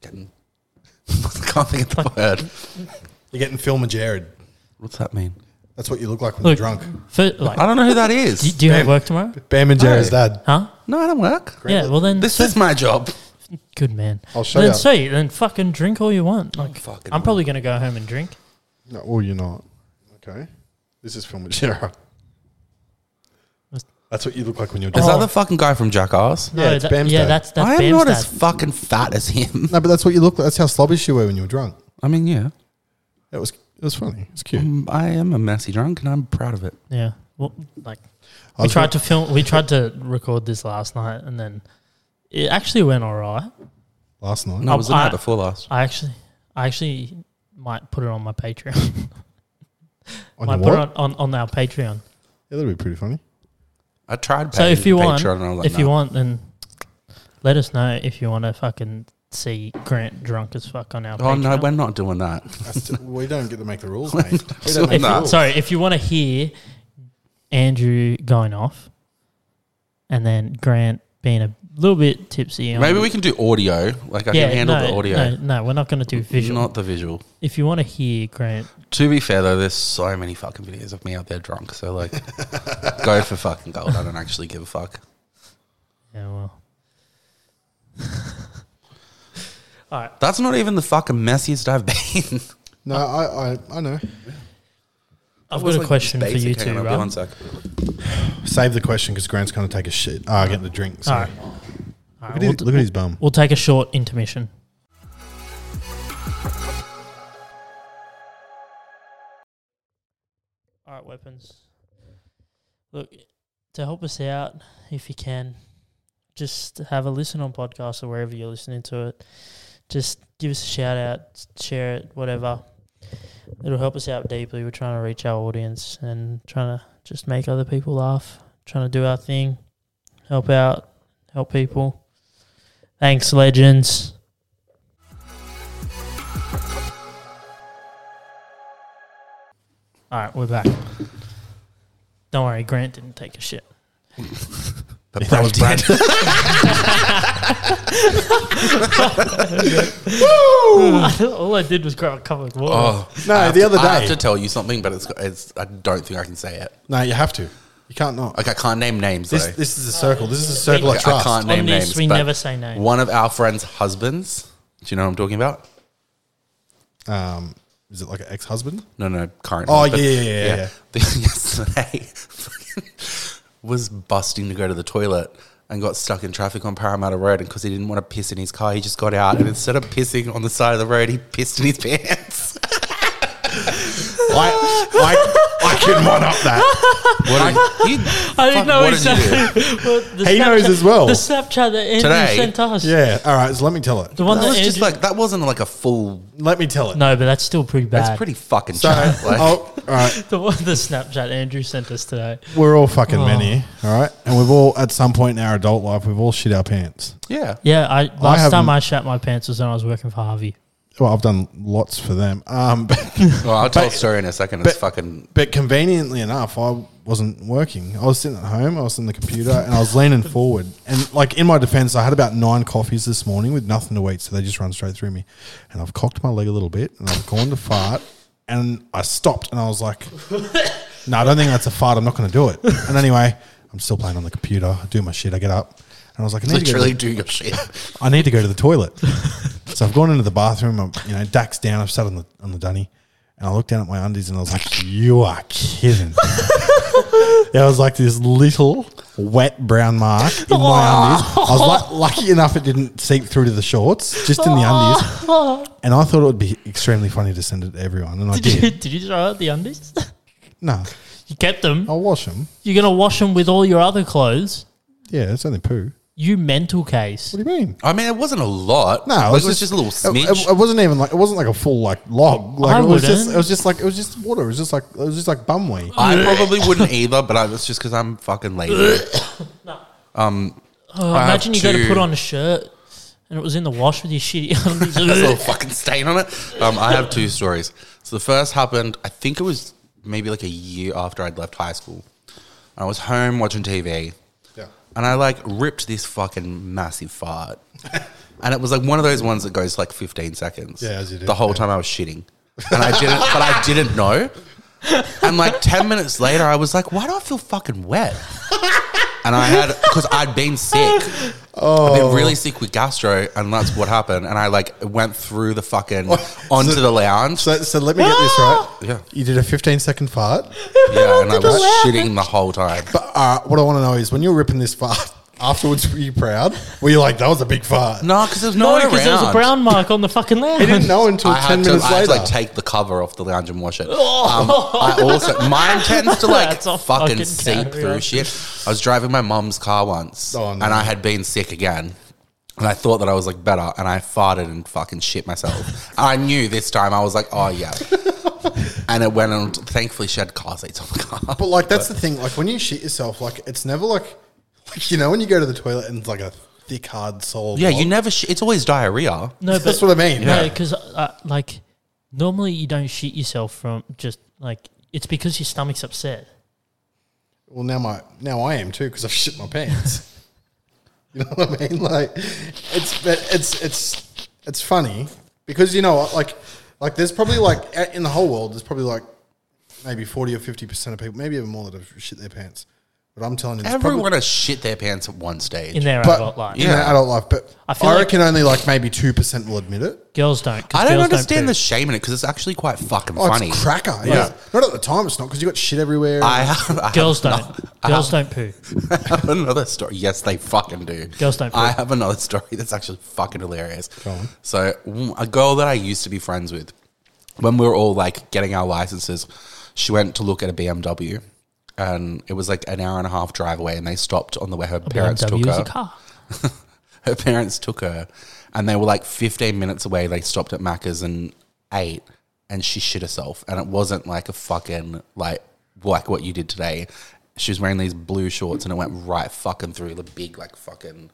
getting. can't think of the word. You're getting Phil and Jared. What's that mean? That's what you look like when Look, you're drunk. For, like, I don't know who that do, is. do you have work tomorrow? Bam and Jared's dad. Huh? No, I don't work. Yeah. Well then, This is my job. good man. I'll show then you. say then fucking drink all you want. Like, fucking I'm probably gonna go home and drink. No, well, you're not. Okay. This is Phil and Jared. That's what you look like when you're Is drunk. Oh. that the fucking guy from Jackass? No, Yeah, it's that- Bam's yeah, dad. that's that's I am Bam's not dad. as fucking fat as him. No, but that's what you look like. That's how slobbish you were when you were drunk. I mean, yeah, It was it was funny. It's cute. Mm, I am a messy drunk, and I'm proud of it. yeah. Well, like I we was tried to film. We tried to record this last night, and then it actually went alright. last night. No, it was the Oh, I- night before last. I actually, I actually might put it on my Patreon. On might your put it what? on, on, on our Patreon. Yeah, that'd be pretty funny. I tried. So if you want, Patreon, and I was like, if you "Nah." want, then let us know if you want to fucking see Grant drunk as fuck on our. oh no, Patreon. we're not doing that. we don't get to make the rules, mate. We don't Sorry. make the Nah. rules. Sorry, if you want to hear Andrew going off, and then Grant being a little bit tipsy. on- Maybe we can do audio. Like I can handle no, the audio, No, no, we're not going to do visual. not the visual. if you want to hear Grant, To be fair though, there's so many fucking videos of me out there drunk. So like, go for fucking gold. I don't actually give a fuck. yeah, well, all right. That's not even the fucking messiest I've been. No, I, I, I know. I've was got a like, question for basic. Hang you two, on, right? One sec. Save the question because Grant's going to take a shit. Ah, get the drink. All Sorry. right. All Look, right, at we'll, his, look at his bum. we'll take a short intermission. All right, weapons. Look, to help us out, if you can, just have a listen on podcast or wherever you're listening to it. Just give us a shout out, share it, whatever. It'll help us out deeply. We're trying to reach our audience and trying to just make other people laugh, trying to do our thing, help out, help people. Thanks, legends. All right, we're back. Don't worry, Grant didn't take a shit. But that was Brad. All I did was grab a cup of water. Oh No, I have the to- other I day. have to tell you something, but it's, it's I don't think I can say it. no, you have to. You can't not. Like I can't name names. This though. this is a circle. This is a circle of Like, I trust. can't name On this, names. we but never say names. One of our friends' husbands. Do you know what I'm talking about? Um, is it like an ex-husband? No, no, current. Oh, husband. yeah, yeah, yeah, yeah, yeah. Yesterday, fucking was busting to go to the toilet and got stuck in traffic on Parramatta Road, and because he didn't want to piss in his car, he just got out and instead of pissing on the side of the road, he pissed in his pants. I, I, I can one up that. What did you? I didn't fuck, know what he did you said. But the He knows as well. The Snapchat that Andrew Today? sent us. Yeah. All right. So let me tell it. The one That that, was just Andrew- like that wasn't like a full. Let me tell it. No, but that's still pretty bad. That's pretty fucking So, chat. Like, oh, all right. The one the Snapchat Andrew sent us today. We're all fucking Oh. men here. All right. And we've all, at some point in our adult life, we've all shit our pants. yeah. Yeah, I last time haven't- I shat my pants was when I was working for Harvey. Well, I've done lots for them. Um, but, Well, I'll tell a story in a second. It's fucking. but conveniently enough, I wasn't working. I was sitting at home. I was on the computer and I was leaning forward. And like in my defense, I had about nine coffees this morning with nothing to eat, so they just run straight through me. And I've cocked my leg a little bit and I've gone to fart. And I stopped and I was like, no, I don't think that's a fart. I'm not going to do it. And anyway, I'm still playing on the computer. I do my shit. I get up and I was like, I need to go to Literally, do your shit. I need to go to the toilet. so I've gone into the bathroom. I'm, you know, Dax down. I've sat on the on the dunny, and I looked down at my undies, and I was like, "You are kidding." There was like this little wet brown mark in my undies. I was lu- lucky enough it didn't seep through to the shorts, just in the undies. And I thought it would be extremely funny to send it to everyone, and I Did you did. did you throw out the undies? No, you kept them. I'll wash them. You're gonna wash them with all your other clothes. Yeah, it's only poo. You mental case. What do you mean? I mean, it wasn't a lot. No, Like, it was, just, a little smidge. It, it- it wasn't even like it wasn't like a full like log. Like I it was just wouldn't. it was just like it was just water. It was just like it was just like bum wee. I probably wouldn't either, but I, it's just because I'm fucking lazy. Oh, I have imagine you go to two- put on a shirt and it was in the wash with your shitty There's a undies. little fucking stain on it. Um, I have two stories. So the first happened, I think it was maybe like a year after I'd left high school. I was home watching TV, Yeah. and I like ripped this fucking massive fart, and it was like one of those ones that goes like 15 seconds. Yeah, as you do, The whole yeah. time I was shitting, and I didn't, but I didn't know. And like 10 minutes later, I was like, why do I feel fucking wet? And I had, because I'd been sick. I'd been Oh. really sick with gastro, and that's what happened. And I like went through the fucking, onto Oh, so- the lounge. So so let me get this right. Yeah. You did a 15 second fart. yeah, and I was shitting the whole time. But uh, what I want to know is when you were ripping this fart afterwards, were you proud? Were you like that was a big fart? No, because there's no, no, one around. because there was a brown mark on the fucking I didn't lounge. know until I 10 had to, minutes I had later. to like take the cover off the lounge and wash it. Um, I also mine tends to like That's a fucking, fucking seep carry through on. shit. I was driving my mum's car once, Oh, no. and I had been sick again. And I thought that I was like better, and I farted and fucking shit myself. and I knew this time I was like, oh yeah. and it went on. Thankfully, she had car seats on the car. but like that's the thing. Like when you shit yourself, like it's never like, like you know when you go to the toilet and it's like a thick hard solid. yeah, log. you never. Sh- it's always diarrhea. No, but That's what I mean. No, because uh, like normally you don't shit yourself from just like it's because your stomach's upset. Well, now my now I am too because I've shit my pants. you know what I mean? Like, it's but it's it's it's funny because you know what? Like, like there's probably like a- in the whole world there's probably like maybe forty or fifty percent of people, maybe even more, that have shit their pants. But I'm telling you, there's Everyone probably, has shit their pants at one stage. in their but adult life. in their Yeah. adult life, but I I, feel like- reckon only like maybe two percent will admit it. Girls don't. 'cause I don't girls understand poo. the shame in it because it's actually quite fucking Oh, funny. it's cracker. Yeah. Yeah. Not at the time, it's not because you got shit everywhere. I have, I have Girls don't. not- Girls don't poo. I have another story. Yes, they fucking do. Girls don't I poo. have another story that's actually fucking hilarious. So mm, a girl that I used to be friends with, when we were all like getting our licenses, she went to look at a BMW, and it was like an hour and a half drive away, and they stopped on the way her parents BMW took is her. a car. her parents took her, and they were like 15 minutes away. They stopped at Macca's and ate, and she shit herself. And it wasn't like a fucking like like what you did today. She was wearing these blue shorts and it went right fucking through the big like fucking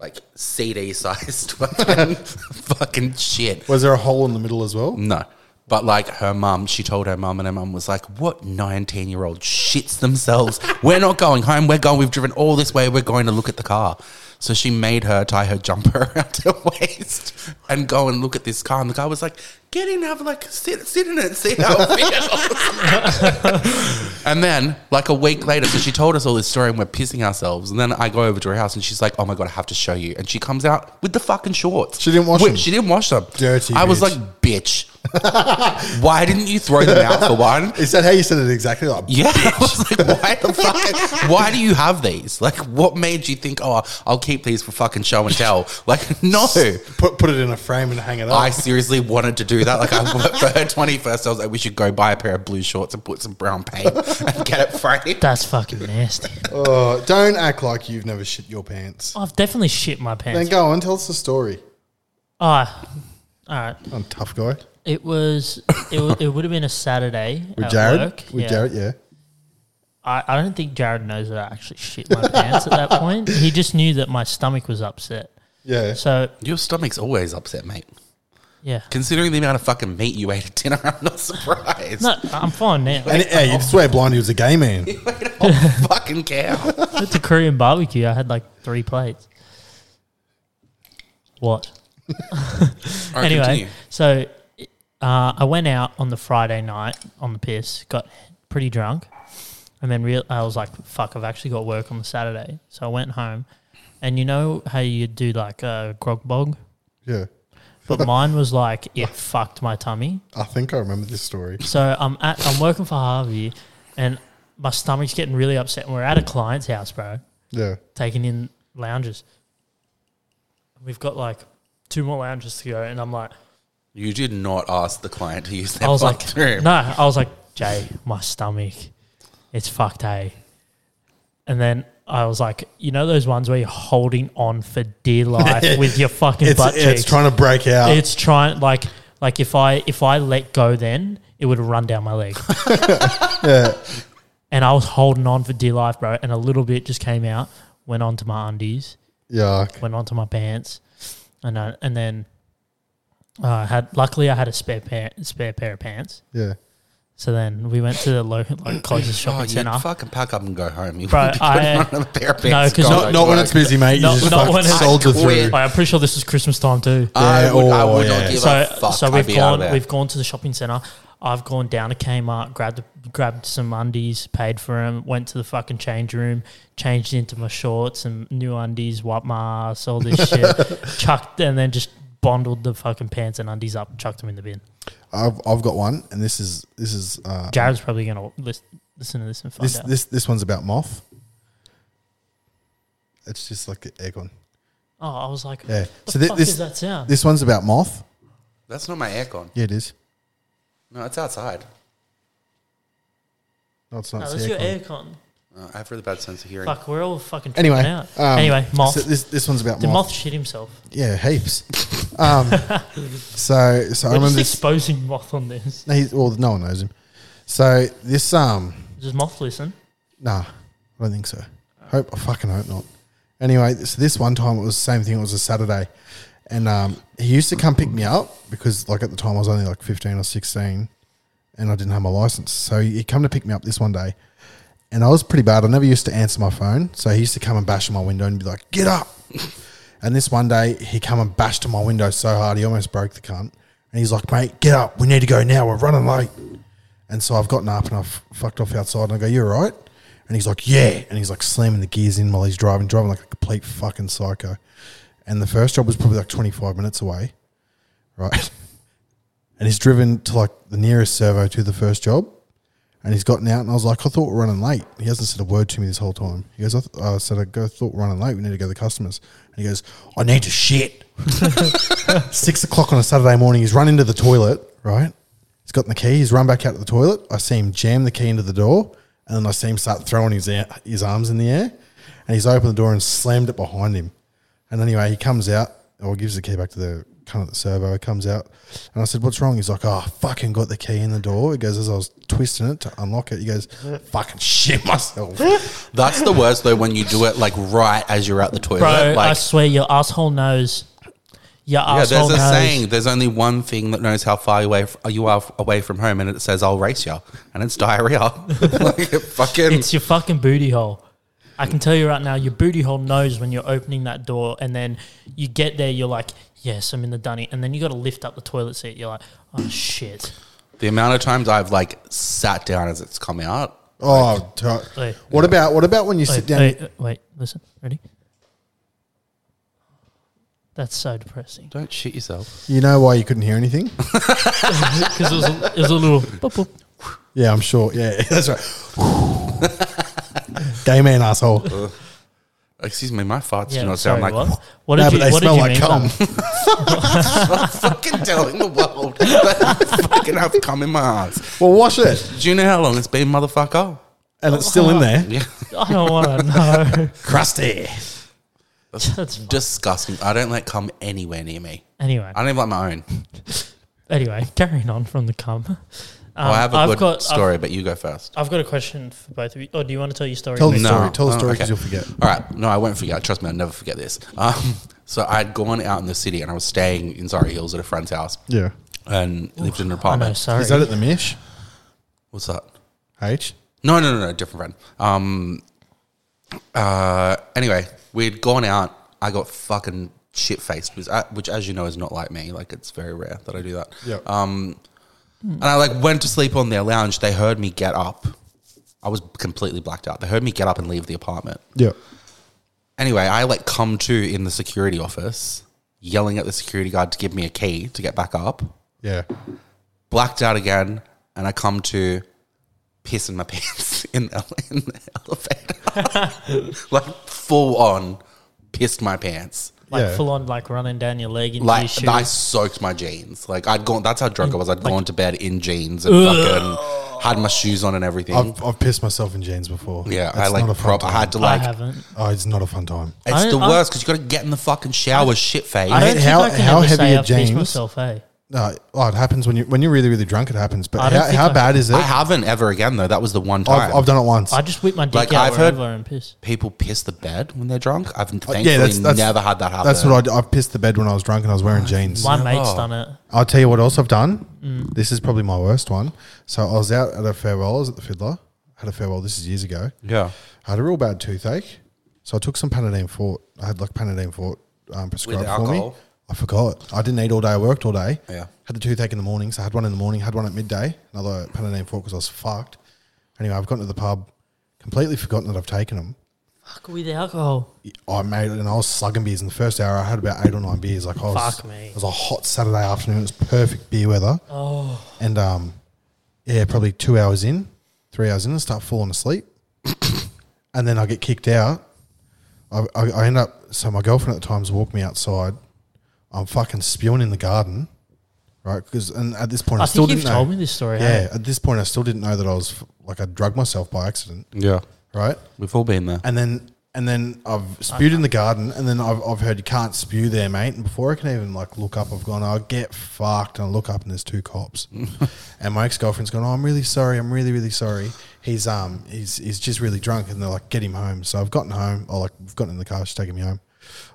like CD sized fucking, fucking shit. Was there a hole in the middle as well? No. But like her mum, she told her mum, and her mum was like, What 19 year old shits themselves? We're not going home. We're going, we've driven all this way. We're going to look at the car. So she made her tie her jumper around her waist and go and look at this car. And the guy was like, Get in, have like, sit, sit in it, see how it feels. and then, like a week later, so she told us all this story and we're pissing ourselves. And then I go over to her house and she's like, Oh my God, I have to show you. And she comes out with the fucking shorts. She didn't wash Which- them. She didn't wash them. Dirty I was bitch. like, bitch. Why didn't you throw them out for one? Is that how you said it exactly? Like, Yeah, I was like, why the fuck? Why do you have these? Like, what made you think? Oh, I'll keep these for fucking show and tell. Like, no, Put, put it in a frame and hang it up. I seriously wanted to do that. Like, I for her twenty first, I was like, we should go buy a pair of blue shorts and put some brown paint and get it framed. That's fucking nasty. Oh, don't act like you've never shit your pants. I've definitely shit my Then pants. go on, tell us the story. Ah, all right. I'm a tough guy. It was. It, w- it would have been a Saturday With at Jared? work. With yeah. Jared, yeah. I, I don't think Jared knows that I actually shit my pants at that point. He just knew that my stomach was upset. Yeah. So Your stomach's always upset, mate. yeah, Considering the amount of fucking meat you ate at dinner, I'm not surprised. no, I'm fine now. and yeah, oh. you swear blind he was a gay man. Fucking cow. It's a Korean barbecue. I had like three plates. What? All right, anyway, continue. so uh, I went out on the Friday night on the piss, got pretty drunk, and then real I was like, "Fuck, I've actually got work on the Saturday." So I went home, and you know how you do like a grog bog, Yeah. but mine was like it fucked my tummy. I think I remember this story. So I'm at I'm working for Harvey, and my stomach's getting really upset. And we're at a client's house, bro, Yeah. taking in lounges. We've got like two more lounges to go, and I'm like. You did not ask the client to use their I was like, bathroom. no, I was like, Jay, my stomach, it's fucked, hey. And then I was like, you know those ones where you're holding on for dear life with your fucking It's, butt cheeks. it's trying to break out. it's trying like like if I if I let go, then it would run down my leg. And I was holding on for dear life, bro. And a little bit just came out, went onto my undies yeah. went onto my pants, and I, and then uh, I had luckily I had a spare pair spare pair of pants. Yeah. So then we went to the local like closest shopping you'd centre. Oh, fucking pack up and go home. You Bro, wouldn't be I- putting on a pair of No, pants 'cause to go not- to Not when work. it's busy, mate. You Not- just not fucking when it's- soldier Quit. through. Like, I'm pretty sure this was Christmas time too. I would, I would Yeah, not oh, give so a Oh, fuck. so I'd we've be out of gone there. we've gone to the shopping centre. I've gone down to Kmart, grabbed grabbed some undies, paid for them, went to the fucking change room, changed into my shorts and new undies, wiped my ass, all this shit, chucked and then just bundled the fucking pants and undies up, chucked them in the bin. I've, I've got one, and this is this is uh, Jared's probably gonna listen, listen to this and find this out. this this one's about moth. It's just like the egg on. oh, I was like, Yeah. What So the thi- fuck this- is that sound? This one's about moth. That's not my aircon. Yeah, it is. No, it's outside. No, it's not. no, it's that's the your egg on. aircon. No, Uh, I have really bad sense of hearing. Fuck, we're all fucking tripping Anyway, out. um, anyway, moth. so this this one's about the moth. moth shit himself. Yeah, heaps. um, so so I We're just remember. This, exposing moth on this. no, he's, well, no one knows him. So this um Does moth listen? nah, I don't think so. Hope I fucking hope not. Anyway, so this one time it was the same thing. It was a Saturday, and um, he used to come pick me up because like at the time I was only like fifteen or sixteen, and I didn't have my license. So he he'd come to pick me up this one day, and I was pretty bad. I never used to answer my phone, so he used to come and bash on my window and be like, "Get up!" And this one day, he come and bashed on my window so hard he almost broke the cunt. And he's like, "Mate, get up! We need to go now. We're running late." And so I've gotten up and I've fucked off outside and I go, You're right? And he's like, Yeah. And he's like slamming the gears in while he's driving, driving like a complete fucking psycho. And the first job was probably like 25 minutes away, right? And he's driven to like the nearest servo to the first job. And he's gotten out and I was like, I thought we're running late. He hasn't said a word to me this whole time. He goes, I, th- I said, I go, thought we're running late. We need to go to the customers. And he goes, I need to shit six o'clock on a Saturday morning. He's run into the toilet, right? He's gotten the key. He's run back out to the toilet. I see him jam the key into the door, and then I see him start throwing his air, his arms in the air, and he's opened the door and slammed it behind him. And anyway, he comes out or gives the key back to the cunt at the servo. He comes out and I said, What's wrong? He's like, Oh, I fucking got the key in the door. He goes, As I was twisting it to unlock it, he goes, Fucking shit myself. That's the worst though when you do it like right as you're at the toilet. Bro, I like, swear your asshole knows. Your yeah, asshole there's a knows. saying. There's only one thing that knows how far away f- you are f- away from home, and it says "I'll race you," and it's diarrhea. like it fucking. It's your fucking booty hole. I can tell you right now, your booty hole knows when you're opening that door, and then you get there, you're like, yes, I'm in the dunny, and then you got to lift up the toilet seat. You're like, oh shit. the amount of times I've like sat down as it's come out. Oh, t- Wait, what about what about when you sit wait, down? wait, wait, listen, ready? That's so depressing Don't shit yourself. You know why you couldn't hear anything? because it, was a- it was a little. boop, boop. Yeah, I'm sure. Yeah, that's right. Gay man asshole. no, Excuse me, my farts Yeah, do not sorry, sound like. what? What did but you? they what did smell you like mean by- cum. I'm fucking telling the world that I fucking have come in my ass. well, wash it, Do you know how long it's been, motherfucker? and it's still in there. Yeah, I don't want to know. Crusty. That's fine. disgusting. I don't let cum anywhere near me. anyway. I don't even like my own. Anyway, carrying on from the cum. Um, Oh, I have a I've good got, story, but you go first. I've, I've got a question for both of you. Or do you want to tell your story? Tell the next? No. story. Tell the Oh, story okay. because you'll forget. All right. No, I won't forget. Trust me, I'll never forget this. Um, so I'd gone out in the city and I was staying in Surrey Hills at a friend's house Yeah. and lived in an I know, apartment. sorry. Is that at the Mish? What's that? H. No, no, no, no, different friend. Um, uh, anyway, we'd gone out. I got fucking shit faced, which, I- which, as you know, is not like me. Like, it's very rare that I do that. Yeah. Um, and I like went to sleep on their lounge. They heard me get up. I was completely blacked out. They heard me get up and leave the apartment. Yeah. Anyway, I like come to in the security office, yelling at the security guard to give me a key to get back up. Yeah. Blacked out again, and I come to pissing my pants in the, in the elevator. like full on pissed my pants. like yeah. full on, like running down your leg into your Like shoe. I soaked my jeans. Like I'd gone. That's how drunk I was. I'd gone to bed in jeans and fucking had my shoes on and everything. I've, I've pissed myself in jeans before. yeah, It's I like. not a fun Prop, I time. had to I like. haven't. Oh, it's not a fun time. It's I- the I- worst because you got to get in the fucking shower, shit face. I Hey, don't think how- I can how ever heavy say are I've pissed jeans? myself, hey. No, oh, it happens when you when you're really really drunk. It happens. But I don't how, think how I- bad is it? I haven't ever again though. That was the one time I've, I've done it once. I just whip my dick Like, out I've heard- wherever and piss. people piss the bed when they're drunk. I've thankfully that's- that's- never had that happen. That's what I d- I've pissed the bed when I was drunk and I was wearing jeans. My mate's Oh. done it. I'll tell you what else I've done. Mm. This is probably my worst one. So I was out at a farewell. I was at the Fiddler. had a farewell. This is years ago. yeah. I had a real bad toothache. So I took some Panadine Fort. I had like Panadine Fort um, prescribed With for me. alcohol? I forgot. I didn't eat all day. I worked all day. Yeah. Had the toothache in the morning. So I had one in the morning, had one at midday, another Panadine Fort because I was fucked. Anyway, I've gotten to the pub, completely forgotten that I've taken them. Fuck with alcohol. I made it and I was slugging beers in the first hour. I had about eight or nine beers. Like I was, Fuck me. It was a hot Saturday afternoon. It was perfect beer weather. Oh, And um, yeah, probably two hours in, three hours in, I start falling asleep. and then I get kicked out. I, I, I end up, so my girlfriend at the time's walked me outside. I'm fucking spewing in the garden, right? Because, and at this point, I, I still think you've didn't told know. me this story. hey? yeah, at this point, I still didn't know that I was, f- like, I drugged myself by accident, Yeah. right? We've all been there. and then and then I've spewed in the garden, and then I've, I've heard you can't spew there, mate. And before I can even like look up, I've gone, I get fucked, and I look up, and there's two cops, and my ex girlfriend's gone, oh, I'm really sorry, I'm really really sorry. He's um he's he's just really drunk, and they're like, get him home. So I've gotten home, I like we've gotten in the car, she's taking me home.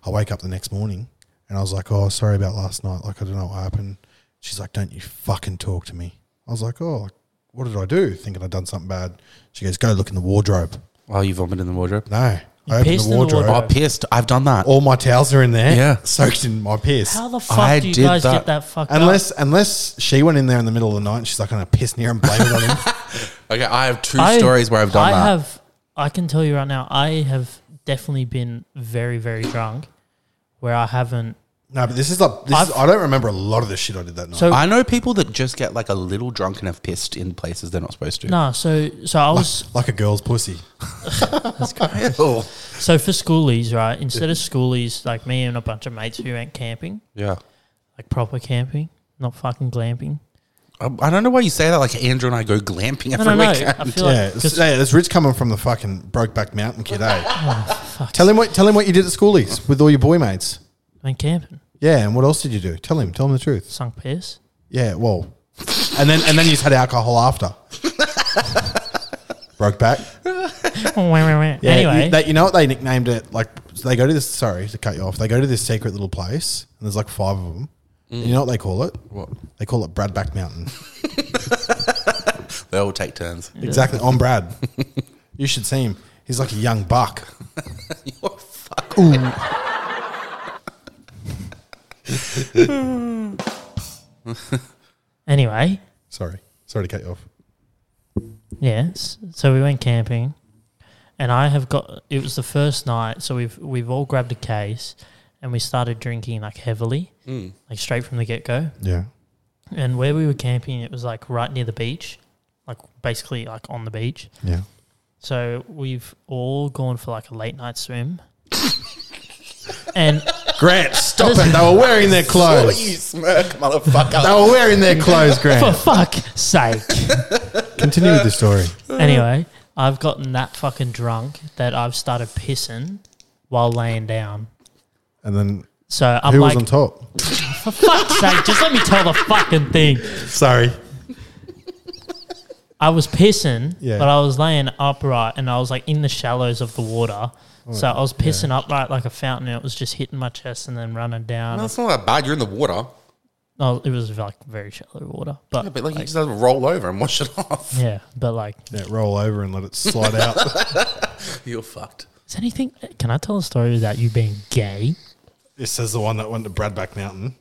I wake up the next morning, and I was like, oh, sorry about last night, like I don't know what happened. She's like, don't you fucking talk to me. I was like, oh, like, what did I do? Thinking I'd done something bad. She goes, go look in the wardrobe. Oh, you vomited in the wardrobe? No. You I opened pissed the in the wardrobe. Oh, I wardrobe. pissed. I've done that. All my towels are in there. Yeah. Soaked in my piss. How the fuck I do you did guys that. get that fucked up? unless unless she went in there in the middle of the night and she's like, I'm going to piss near and blame it on him. Okay, I have two I- stories where I've done I that. have. I can tell you right now. I have definitely been very, very drunk, where I haven't. No, but this is like, this is, I've- I don't remember a lot of the shit I did that night. So I know people that just get like a little drunk and have pissed in places they're not supposed to. no. So so I was. like a girl's pussy. Oh. So for schoolies, right? Instead of schoolies, like me and a bunch of mates who went camping, Yeah. like proper camping, not fucking glamping. I, I don't know why you say that. Like Andrew and I go glamping No, every no, no. weekend. I feel Yeah, like it's- 'cause yeah, that's Rich coming from the fucking Brokeback Oh, Mountain kid, eh? tell him what tell him what you did at schoolies with all your boy mates. I went camping. Yeah, and what else did you do? Tell him. Tell him the truth. Sunk Pierce. Yeah, well, and then and then you just had alcohol after. Broke back. anyway, Yeah, you, that, you know what they nicknamed it? Like so they go to this. Sorry to cut you off. They go to this secret little place, and there's like five of them. And you know what they call it? What? They call it Bradback Mountain. They all take turns. Exactly on Brad. you should see him. He's like a young buck. You're fuck. anyway, Sorry, sorry to cut you off. yes. So we went camping, and I have got. It was the first night, so we've we've all grabbed a case, and we started drinking like heavily, like straight from the get go. Yeah, And where we were camping, it was like right near the beach, like basically like on the beach. yeah. So we've all gone for like a late night swim, and Grant, stop it. They were wearing their You clothes. smirk, motherfucker. They were wearing their clothes, for Grant. fuck's sake. Continue with the story. anyway, I've gotten that fucking drunk that I've started pissing while laying down. And then So I'm who like, was on top? for fuck's sake, just let me tell the fucking thing. Sorry. I was pissing, Yeah. but I was laying upright and I was like in the shallows of the water. Oh, So I was pissing upright like a fountain and it was just hitting my chest and then running down. That's not that bad. You're in the water. No, it was like very shallow water. But, Yeah, but like, you just have to roll over and wash it off. yeah, but like, Yeah, roll over and let it slide out. You're fucked. is anything, can I tell a story without you being gay? this is the one that went to Bradback Mountain.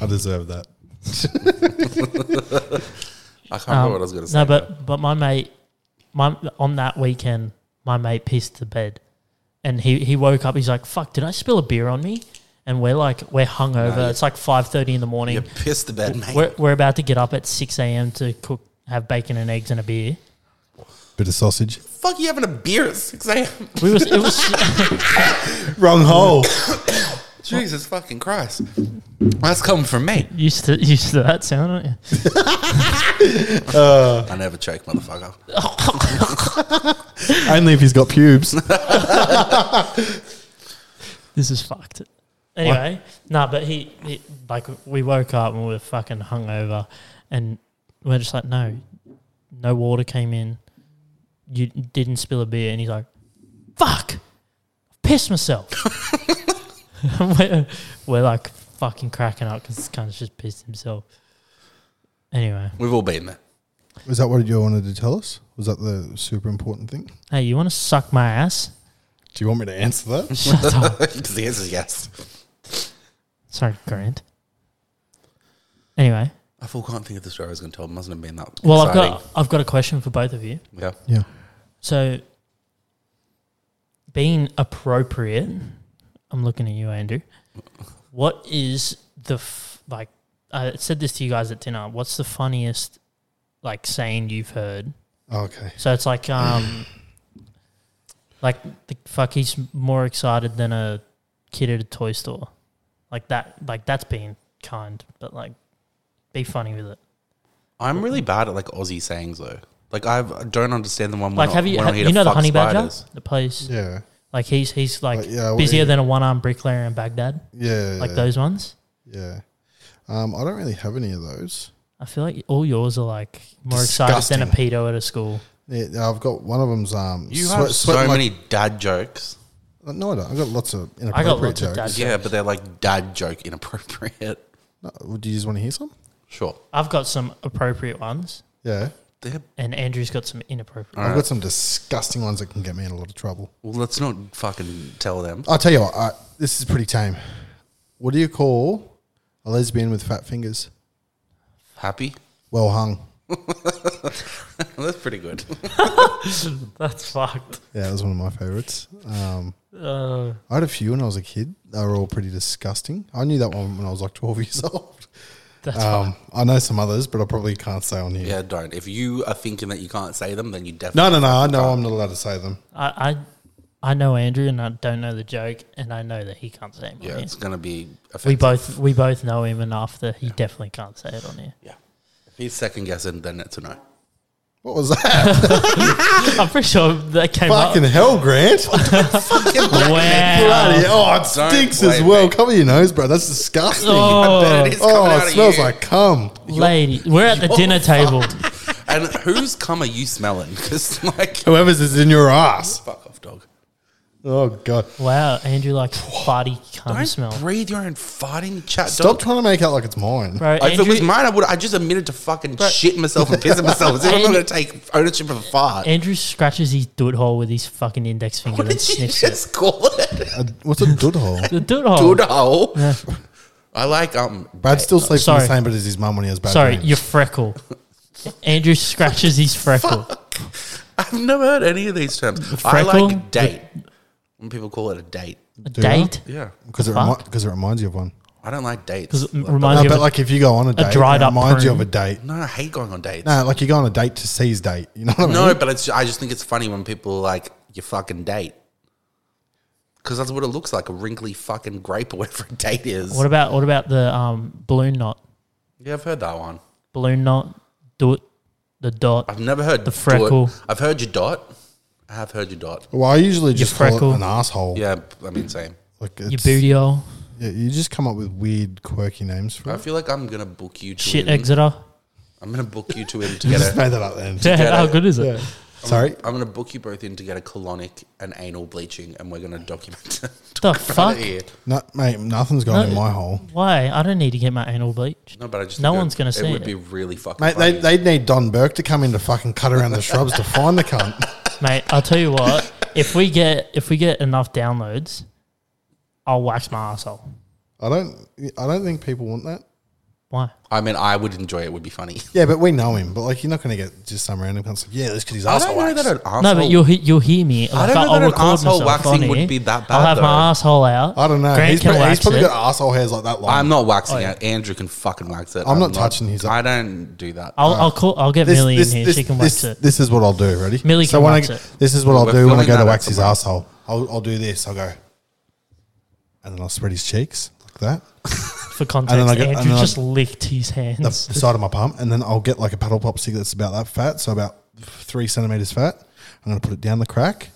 I deserve that. I can't remember what I was going to say. Um, No, but but my mate, my on that weekend, my mate pissed the bed, and he he woke up. He's like, "Fuck, did I spill a beer on me?" And we're like, we're hungover. you- it's like five thirty in the you morning. pissed the bed, mate. We're we're about to get up at six a.m. to cook, have bacon and eggs and a beer. Bit of sausage. fuck you having a beer at 6 a.m.? We was it was Wrong hole. Jesus fucking Christ. That's coming from me. used to used to that sound, aren't you? I never choke, motherfucker. Only if he's got pubes. This is fucked. Anyway, no, but he, he like we woke up and we were fucking hungover, and we're just like, no, no water came in. You didn't spill a beer, and he's like, fuck, pissed myself. And we're, we're like fucking cracking up because this cunt's just pissed himself. Anyway, We've all been there. Was that what you wanted to tell us? Was that the super important thing? hey, you want to suck my ass? Do you want me to answer that? Shut up. Because the answer is yes. Sorry, Grant. Anyway, I full can't think of the story I was going to tell. It mustn't have been that well, exciting. I've got I've got a question for both of you. Yeah. Yeah. So, being appropriate, I'm looking at you, Andrew. What is the f- like? I said this to you guys at dinner. What's the funniest like saying you've heard? Okay. So it's like, um, like the fuck, he's more excited than a kid at a toy store. Like that, like that's being kind, but like, be funny with it. I'm really bad at like Aussie sayings though. Like I've, I don't understand the one. Like, when have I, you when have, I you know the honey badger spiders. that plays? Yeah. Like he's he's like Like, yeah, I- busier than a one armed bricklayer in Baghdad. Yeah. Like those ones. Yeah. Um, I don't really have any of those. I feel like all yours are like more excited than a pedo at a school. Yeah, I've got one of them's um. You sweat- have so sweat like- many dad jokes. No, I don't. I've got lots of inappropriate I got lots of jokes. dad jokes. Yeah, but they're like dad joke inappropriate. No, do you just want to hear some? Sure. I've got some appropriate ones, Yeah. They're, and Andrew's got some inappropriate. I've got some disgusting ones that can get me in a lot of trouble. well, let's not fucking tell them. I'll tell you what. I, this is pretty tame. What do you call a lesbian with fat fingers? Happy. Well hung. That's pretty good. That's fucked. Yeah, that was one of my favorites. Um, Uh, I had a few when I was a kid. They were all pretty disgusting. I knew that one when I was like 12 years old. that's Um, I know some others, but I probably can't say on here. yeah, don't. If you are thinking that you can't say them, then you definitely. No, no, no. I know I'm not allowed to say them. I, I I know Andrew, and I don't know the joke, and I know that he can't say it. On Yeah, here. it's gonna be. Offensive. We both we both know him enough that he definitely can't say it on here. Yeah. If he's second guessing, then it's a no. What was that? I'm pretty sure that came Fucking up. hell, Grant. Fucking black man. Wow. Bloody- Oh, it Don't stinks play as well. me. Cover your nose, bro. That's disgusting. Oh, Oh, It is coming out it of smells you. like cum. lady, we're at the dinner table. And whose cum are you smelling? Because like, Whoever's is in your ass. fuck off, dog. Oh, God. Wow, Andrew likes farty cum Don't smell. breathe your own farting chat. Stop trying to make out like it's mine. Bro, Like, if it was Andrew, mine, I would. I just admitted to fucking shit myself and pissing myself. So I'm not Andrew- going to take ownership of a fart. Andrew scratches his doot hole with his fucking index finger What and did you sniffs it. Oh. just call it? Uh, what's a dud hole? The doot hole. Dude, hole. I like um. Brad still sleeps Uh, sorry. in the same bed as his mum when he has bad Sorry, dreams. your freckle. Andrew scratches his freckle. I've never heard any of these terms. I freckle? like date. When people call it a date, A you? date? yeah, Because it, Fuck. remi- 'cause it reminds you of one. I don't like dates. Does it Like, remind No, you but of like if you go on a date, dried it up reminds you of prune. a date. no, I hate going on dates. No, like you go on a date to see his date. You know what I mean? No, but it's, I just think it's funny when people are like your fucking date. Because that's what it looks like a wrinkly fucking grape or whatever a date is. what about what about the um, balloon knot? yeah, I've heard that one. Balloon knot, doot, the dot. I've never heard the freckle. I've heard your dot. I have heard your dot. Well, I usually just call freckle. it an asshole. Yeah, I mean, same. Like Your it's- booty hole, Yeah, you just come up with weird, quirky names for I it. feel like I'm gonna book you. To shit in. exeter. I'm gonna book you two in You together. just made that up then. Yeah, how it. good is it? Sorry. I'm gonna book you both in to get a colonic and anal bleaching, and we're gonna document it The fuck? here. No, mate, nothing's gone No. in my hole. Why? I don't need to get my anal bleach. No, but I just No think it- one's gonna it. see would it. be really fucking. Mate, they, funny. they'd need Don Burke to come in to fucking cut around the shrubs to find the cunt. Mate, I'll tell you what. If we get if we get enough downloads, I'll wax my asshole. I don't, I don't think people want that. Why? I mean, I would enjoy it. it Would be funny. Yeah, but we know him. But like, you're not going to get just some random cunt. Like, yeah, that's because he's I don't asshole. know waxed." that an asshole. No, but you'll he- you'll hear me. don't Like, know I'll that an record asshole myself waxing on would here. be that I'll bad, have though. my asshole out. I don't know. Grant he's, can pro- he's wax probably it. got asshole hairs like that long. I'm not waxing Oh, yeah. it. Andrew can fucking wax it. I'm not touching his- I don't do that. I'll, I'll call. I'll get Millie in here. she can this, wax it. This is what I'll do. Ready? Millie can when I wax g- it. This is what I'll We're do when I filming go to that wax out his tomorrow. asshole. I'll, I'll do this. I'll go, and then I'll spread his cheeks like that, For context, I get- and Andrew then I- just licked his the, the hands. side of my palm, and then I'll get like a paddle popsicle that's about that fat, so about three centimeters fat. I'm gonna put it down the crack,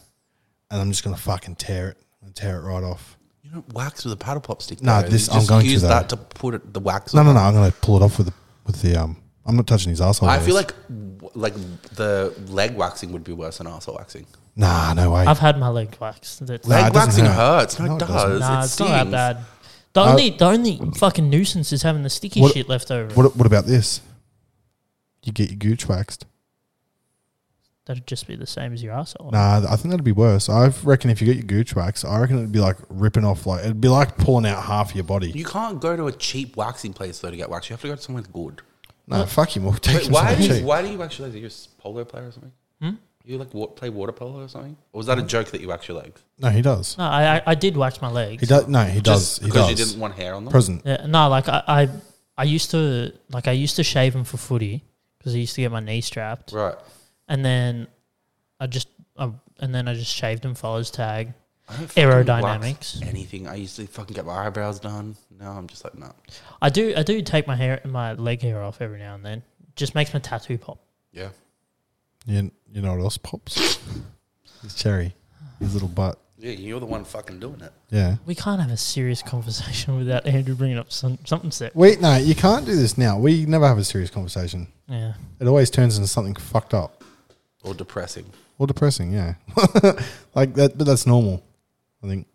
and I'm just gonna fucking tear it and tear it right off. you don't wax with a paddle pop stick. No, though. this- You I'm just going to, use though. that to put it, the wax. No, on. no, no. I'm gonna pull it off with the, with the um. I'm not touching his asshole. I feel hairs. like w- like the leg waxing would be worse than asshole waxing. nah, no way. I've had my leg waxed. That's, Nah, Leg it waxing doesn't hurt. hurts. No, No, it it doesn't. does. nah, it it's not that stings. bad. The only the only fucking nuisance is having the sticky Uh, What- shit left over. what what about this? You get your gooch waxed. That'd just be the same as your asshole. Nah, I think that'd be worse. I reckon if you get your gooch waxed, I reckon it'd be like ripping off like it'd be like pulling out half your body. You can't go to a cheap waxing place though to get waxed. You have to go to somewhere good. No, fuck you, we'll take Wait, him why why do you, cheap. why do you actually like, are you a s- polo player or something? Hmm? You like wa- play water polo or something? Or was that a joke that you waxed your legs? No, he does. No, I I, I did wax my legs. He does. No, he does. He because does. you didn't want hair on them. Present. Yeah, no, like I, I I used to like I used to shave them for footy because I used to get my knee strapped, Right. and then I just I, and then I just shaved them follows tag. I don't fucking Aerodynamics. wax Anything. I used to fucking get my eyebrows done. Now I'm just like, nah. I do I do take my hair my leg hair off every now and then. Just makes my tattoo pop. Yeah. You, you know what else pops? His cherry. His little butt. Yeah, you're the one fucking doing it. Yeah. We can't have a serious conversation without Andrew bringing up some, something sick. Wait, no, you can't do this now. We never have a serious conversation. Yeah. It always turns into something fucked up Or depressing. or depressing. Yeah, like that. But that's normal. I think.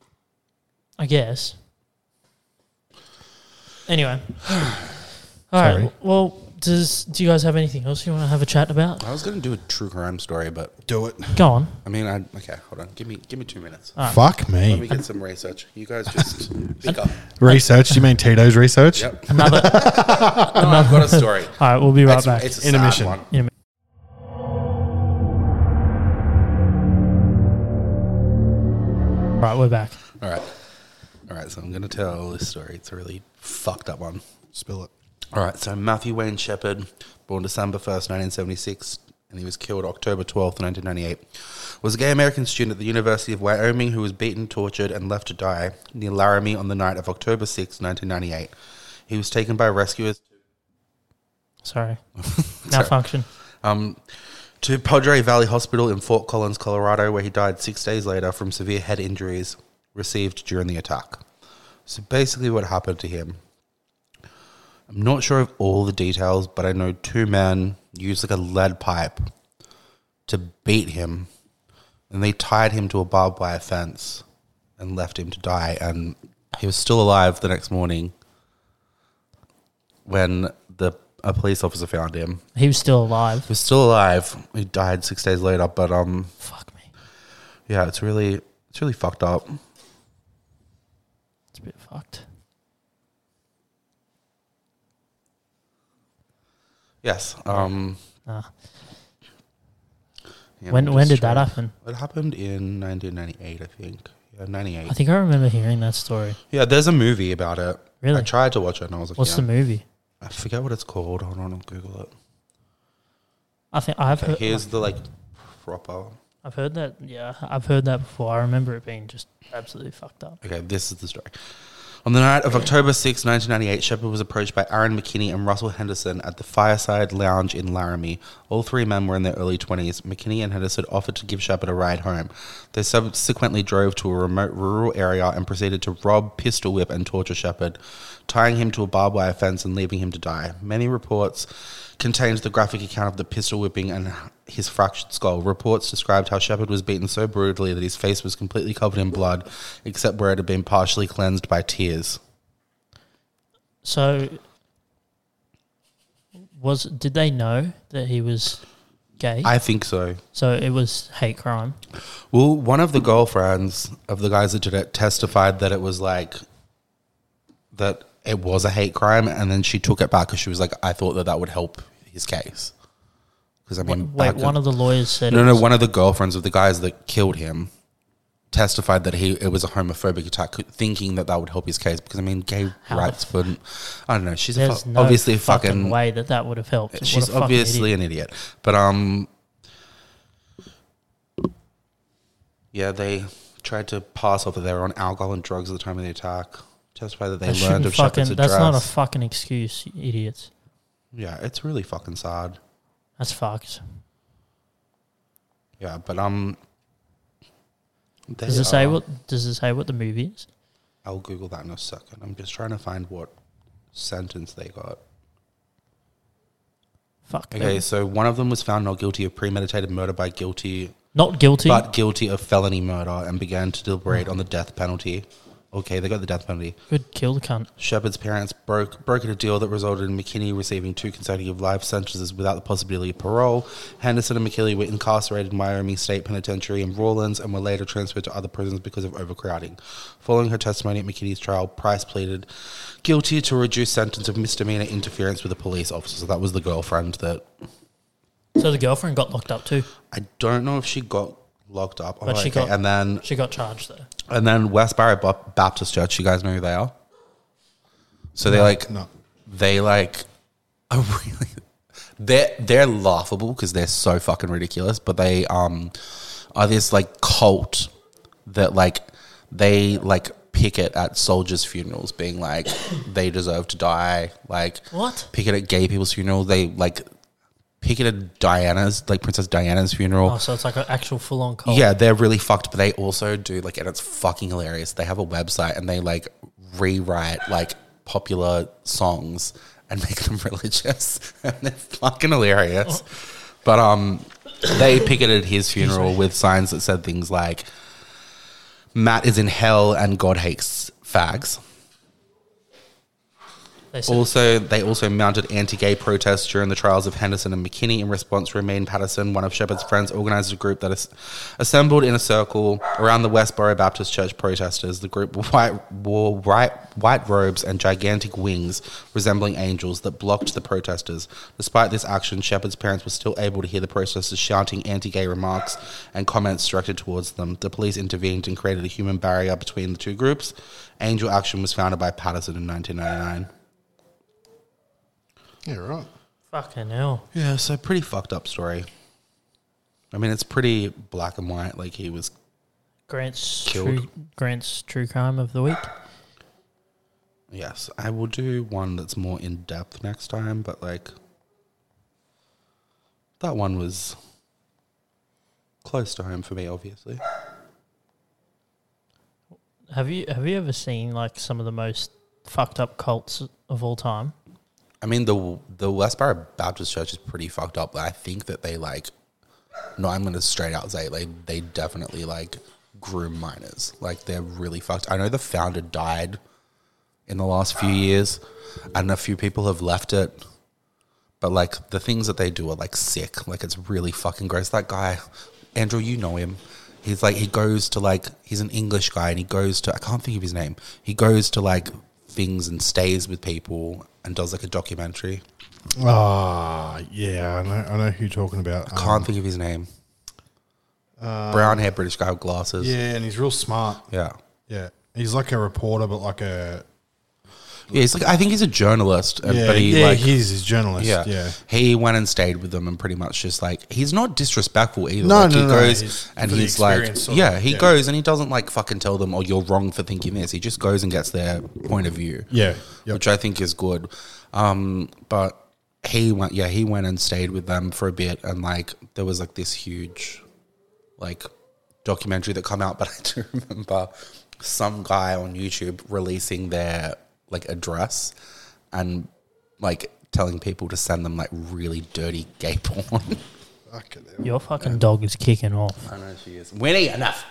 I guess. Anyway. All right. Sorry. Well, does do you guys have anything else you want to have a chat about? I was gonna do a true crime story, but Do it. Go on. I mean, I okay. Hold on. Give me give me two minutes. Fuck Ah. Let me me. get some research. You guys just pick up. Research? You mean Tito's research? Yep. Another. no, I've got a story. All right, we'll be right It's, back. it's a Intermission. Sad one. in a minute. All right, we're back. All right. All right. So I'm going to tell this story. It's a really fucked up one. Spill it. All right. So Matthew Wayne Shepherd, born December 1st, 1976, and he was killed October 12th, 1998, was a gay American student at the University of Wyoming who was beaten, tortured, and left to die near Laramie on the night of October 6th, 1998. He was taken by rescuers Sorry. Malfunction. um, to Padre Valley Hospital in Fort Collins, Colorado, where he died six days later from severe head injuries received during the attack. So basically, what happened to him. I'm not sure of all the details, but I know two men used like a lead pipe to beat him, and they tied him to a barbed wire fence and left him to die. And he was still alive the next morning when the a police officer found him. He was still alive. He was still alive. He died six days later, but um, Fuck me. yeah, it's really it's really fucked up. It's a bit fucked. Yes. Um, Ah. yeah, when I'm when did just that trying- happen? It happened in 1998, I think. Yeah, 98. I think I remember hearing that story. yeah, there's a movie about it. Really? I tried to watch it, and I was like, What's yeah. the movie? I forget what it's called. Hold on, I'll Google it. I think I've But heard, here's the like proper. I've heard that. Yeah, I've heard that before. I remember it being just absolutely fucked up. Okay, this is the story. On the night of October 6, 1998, Shepard was approached by Aaron McKinney and Russell Henderson at the Fireside Lounge in Laramie. All three men were in their early 20s. McKinney and Henderson offered to give Shepard a ride home. They subsequently drove to a remote rural area and proceeded to rob, pistol whip, and torture Shepard, tying him to a barbed wire fence and leaving him to die. Many reports contained the graphic account of the pistol whipping and his fractured skull. Reports described how Shepard was beaten so brutally that his face was completely covered in blood, except where it had been partially cleansed by tears. So, was did they know that he was gay? I think so. so it was hate crime. Well, one of the girlfriends of the guys that did it testified that it was like that it was a hate crime, and then she took it back because she was like, "I thought that that would help his case." Because I mean, Wait, back one of the lawyers said no, it no, was- one of the girlfriends of the guys that killed him testified that he it was a homophobic attack, thinking that that would help his case. Because I mean, gay How rights wouldn't. I don't know. She's a There's fu- no obviously a fucking, fucking way that that would have helped. What a She's fucking obviously idiot. an idiot. But um Yeah, they tried to pass off that they were on alcohol and drugs at the time of the attack. Testify that they That learned shouldn't of fucking, Shepard's address. That's not a fucking excuse, you idiots. yeah, it's really fucking sad. That's fucked. Yeah, but um they Does it say are- what? Does it say what the movie is? I'll Google that in a second. I'm just trying to find what sentence they got. Fuck. Okay, so one of them was found not guilty of premeditated murder by guilty Not guilty. but guilty of felony murder and began to deliberate on the death penalty. Okay, they got the death penalty. Good kill the cunt. Shepard's parents broke brokered a deal that resulted in McKinney receiving two consecutive life sentences without the possibility of parole. Henderson and McKinney were incarcerated in Miami State Penitentiary in Rawlins and were later transferred to other prisons because of overcrowding. Following her testimony at McKinney's trial, Price pleaded guilty to a reduced sentence of misdemeanor interference with a police officer. So that was the girlfriend that So the girlfriend got locked up too. I don't know if she got locked up. But Oh, she okay. got- and then She got charged though. and then West Barry Bap- Baptist Church. You guys know who they are. So they like No. they like are really they're they're laughable because they're so fucking ridiculous but they um are this like cult that like they like picket at soldiers funerals being like they deserve to die like What? picket at gay people's funeral they like picket at diana's like princess diana's funeral Oh, so it's like an actual full on cult. yeah, they're really fucked, but they also do like, and it's fucking hilarious. They have a website and they like rewrite like popular songs and make them religious, and they're fucking hilarious. But um, they picketed his funeral with signs that said things like, "Matt is in hell and God hates fags." They said, Also, they also mounted anti-gay protests during the trials of Henderson and McKinney. In response, Romaine Patterson, one of Shepard's friends, organized a group that as- assembled in a circle around the Westboro Baptist Church protesters. The group white, wore white, white robes and gigantic wings resembling angels that blocked the protesters. Despite this action, Shepard's parents were still able to hear the protesters shouting anti-gay remarks and comments directed towards them. The police intervened and created a human barrier between the two groups. Angel Action was founded by Patterson in 1999. Yeah, right. fucking hell. Yeah, so pretty fucked up story. I mean, it's pretty black and white. Like he was. Grant's Killed. true, Grant's true crime of the week. Yes, I will do one that's more in depth next time, but like that one was Close to home for me, obviously. Have you have you ever seen like some of the most fucked up cults of all time? I mean, the the Westboro Baptist Church is pretty fucked up. but I think that they like. No, I'm gonna straight out say they they definitely like groom minors. Like they're really fucked. I know the founder died in the last few years, and a few people have left it. But like the things that they do are like sick. Like it's really fucking gross. That guy, Andrew, you know him. He's like he goes to like he's an English guy and he goes to I can't think of his name. He goes to like things and stays with people and does like a documentary. Ah, yeah, I know, I know who you're talking about. Um, Can't think of his name. Brown hair, British guy with glasses. Yeah. Uh, yeah, and he's real smart. yeah. Yeah, he's like a reporter, but like a he's like I think he's a journalist, and- yeah, but he yeah, like he's his journalist. yeah. yeah. he went and stayed with them and pretty much just like he's not disrespectful either. No, like, no, he no, goes he's- and for the he's like experience sort of, yeah, he yeah. goes and he doesn't like fucking tell them oh you're wrong for thinking this. He just goes and gets their point of view. Yeah, yep. which I think is good. Um, but he went, yeah, he went and stayed with them for a bit, and like there was like this huge, like, documentary that come out. But I do remember some guy on YouTube releasing their like address and like telling people to send them like really dirty gay porn. Your fucking dog is kicking off. I know she is. Winnie, enough.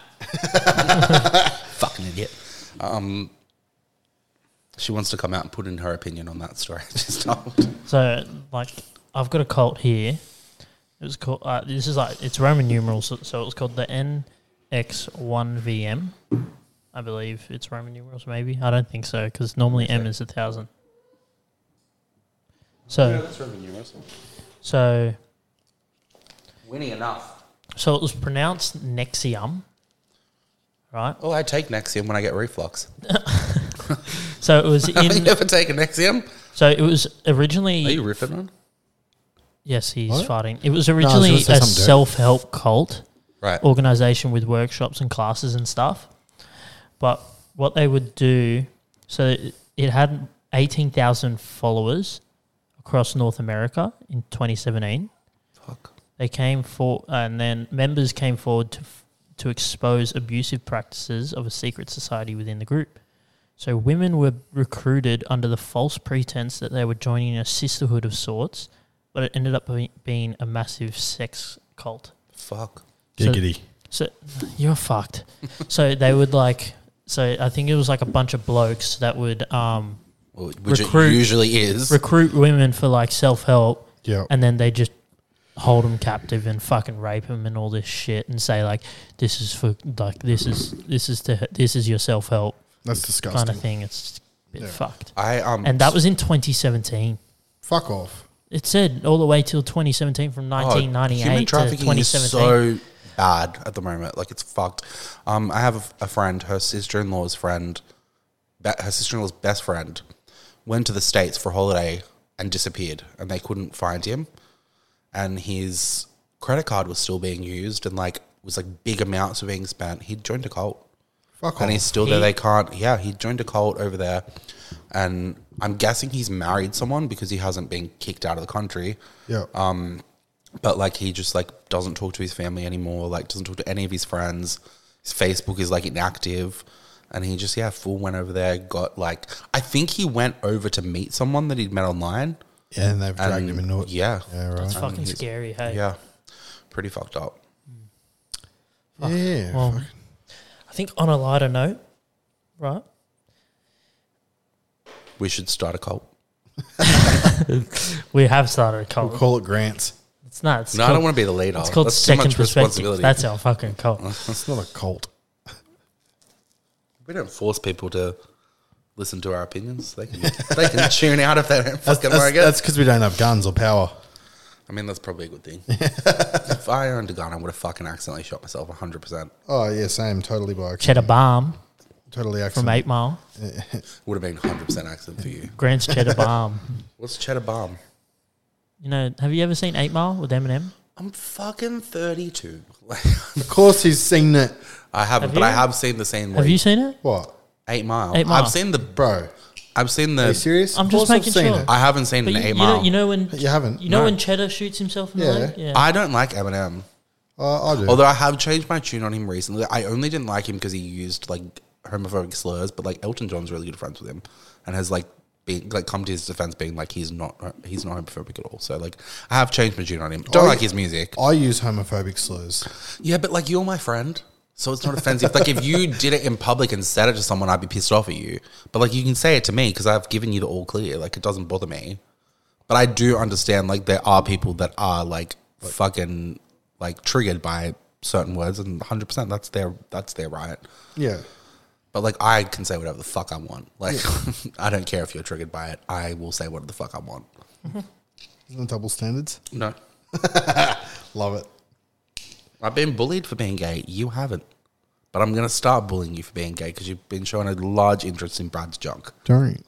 Fucking idiot. Um, she wants to come out and put in her opinion on that story. Just told. So like I've got a cult here. It was called uh, this is like it's Roman numerals, so, so it's called the NX1VM. I believe it's Roman numerals. Maybe I don't think so because normally M is a thousand. So that's Roman numerals. so Winning enough. so it was pronounced Nexium, right? Oh, I take Nexium when I get reflux. So it was Have you in. ever taken Nexium? so it was Are you originally. riffing on? Yes, he's What? fighting. It was was gonna originally say a something, Derek. self-help cult. Right. organization with workshops and classes and stuff. But what they would do, so it- it had 18,000 followers across North America in 2017. Fuck. They came for, and then members came forward to, f- to expose abusive practices of a secret society within the group. So women were recruited under the false pretense that they were joining a sisterhood of sorts, but it ended up be- being a massive sex cult. Fuck. So- Giggity. So you're fucked. so they would like. So I think it was like a bunch of blokes that would um, Well, which Recruit- it usually is. recruit women for like self help, Yeah. and then they just hold them captive and fucking rape them and all this shit, and say like, "This is for like this is this is to this is your self help That's kind disgusting. of thing." It's a bit Yeah. fucked. I um. And that was in 2017. Fuck off. It said all the way till 2017 from oh, 1998 to 2017. Is so bad at the moment. Like it's fucked. Um, I have a, a friend. Her sister in law's friend. Be- her sister in law's best friend went to the states for a holiday and disappeared, and they couldn't find him. and his credit card was still being used and like was like big amounts were being spent. He joined a cult. Fuck And off. he's still there. Oh, He- They can't. Yeah, he joined a cult over there, and I'm guessing he's married someone because he hasn't been kicked out of the country. Yeah. um, But like, he just like doesn't talk to his family anymore. Like, doesn't talk to any of his friends. His Facebook is like inactive, and he just yeah, full went over there. Got like, I think he went over to meet someone that he'd met online. yeah, and they've dragged and him into it. yeah. Yeah, That's right. fucking he's- scary. Hey. Yeah, pretty fucked up. Yeah. Well, fuck. I think on a lighter note, right? We should start a cult. We have started a cult. We'll call it grants. It's not. It's No, I called, don't want to be the leader. it's called That's too second much perspective. responsibility. That's our fucking cult. That's not a cult. we don't force people to listen to our opinions. They can, they can tune out if they don't That's fucking like it. that's because we don't have guns or power. I mean, that's probably a good thing. if I owned a gun, I would have fucking accidentally shot myself 100%. Oh yeah, same. Totally by accident. Cheddar Balm Totally accident. from Eight Mile. Would have been 100% accident for you. Grant's Cheddar Balm. What's cheddar bomb? You know, have you ever seen Eight Mile with Eminem? I'm fucking 32. Like, Of course, he's seen it. I haven't, Have but I you? have seen the scene where Have you seen it? What, Eight Mile. Eight Mile. I've seen the. bro? I've seen Are you the. serious? I'm Of just course I've making seen sure. it. I haven't seen But an you, Eight you, Mile. know, you know when But you haven't. you know No. when Cheddar shoots himself in Yeah. the leg. Yeah. I don't like Eminem. Uh, I do. Although I have changed my tune on him recently. I only didn't like him because he used like homophobic slurs, but like Elton John's really good friends with him and has like been like come to his defense being like he's not he's not homophobic at all. So like I have changed my tune on him. Don't I- like his music. I use homophobic slurs. Yeah, but like you're my friend. So it's not offensive. like if you did it in public and said it to someone, I'd be pissed off at you. But like you can say it to me because I've given you the all clear. Like it doesn't bother me. But I do understand like there are people that are like fucking like triggered by certain words and 100% that's their that's their right. Yeah. But like I can say whatever the fuck I want. Like I don't care if you're triggered by it. I will say whatever the fuck I want. Isn't it double standards? No. Love it. I've been bullied for being gay. You haven't. But I'm going to start bullying you for being gay because you've been showing a large interest in Brad's junk. Don't.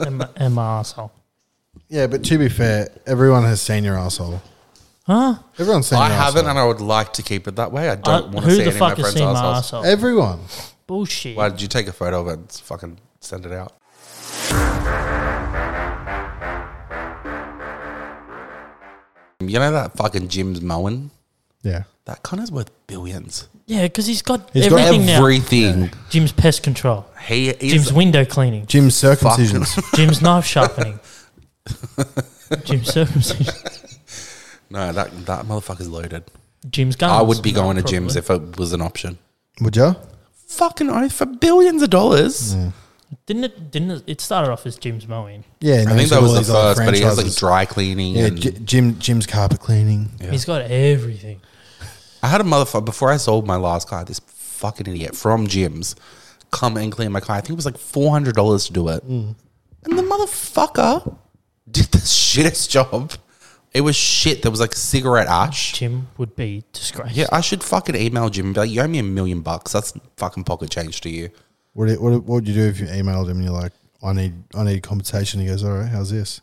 and my, and my asshole. Yeah, but to be fair, everyone has seen your asshole. Huh? Everyone's seen I your haven't, asshole. and I would like to keep it that way. I Uh, don't want to who see the any of my fuck has friends' seen my assholes. asshole? Everyone. Bullshit. Why did you take a photo of it and fucking send it out? You know that fucking Jim's mowing? Yeah. That cunt is worth billions. Yeah, because he's got He's got everything Everything. now. Jim's pest control. He is Jim's window cleaning. Jim's circumcisions. Jim's knife sharpening. Jim's circumcision. no that that motherfucker's loaded. Jim's guns. I would be going to Probably. Jim's if it was an option. Would you? Fucking oath for billions of dollars. Didn't it? Didn't it? It started off as Jim's mowing. Yeah. I think that was the first, but he has like dry cleaning. Yeah, and J- Jim, Jim's carpet cleaning. He's got everything. I had a motherfucker before I sold my last car. This fucking idiot from Jim's come and clean my car. I think it was like four hundred dollars to do it, Hmm. and the motherfucker did the shittest job. It was shit. There was like cigarette ash. Jim would be disgraced. Yeah, I should fucking email Jim and be like, "You owe me a million bucks. That's fucking pocket change to you." What, do you- what, do- what would you do if you emailed him and you're like, I need I need compensation? He goes, All right, how's this?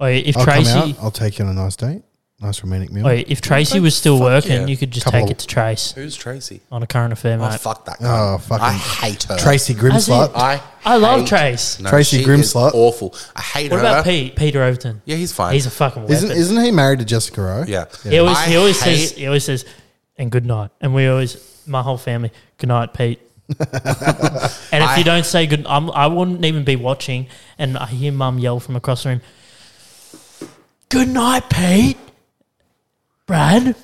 Oh, yeah, if I'll come Tracy, out. I'll take you on a nice date. Nice romantic meal. oh, yeah, if Tracy was still Fuck working, yeah. you could just Couple take of- it to Trace Who's Tracy? on a current affair, Oh mate. fuck that guy. Oh, fucking I hate her. Tracy As in- Grimslut. I I love hate- Trace. No, Tracy she Grim is slut. Awful. I hate What her. about Pete? Peter Overton. Yeah, he's fine. He's a fucking weapon. Isn't, isn't he married to Jessica Rowe? yeah. he always, I he always hate- says he always says, and good night. And we always, my whole family, good night, Pete. and if I- you don't say good, I'm, I wouldn't even be watching. And I hear Mum yell from across the room, "Good night, Pete." Brad,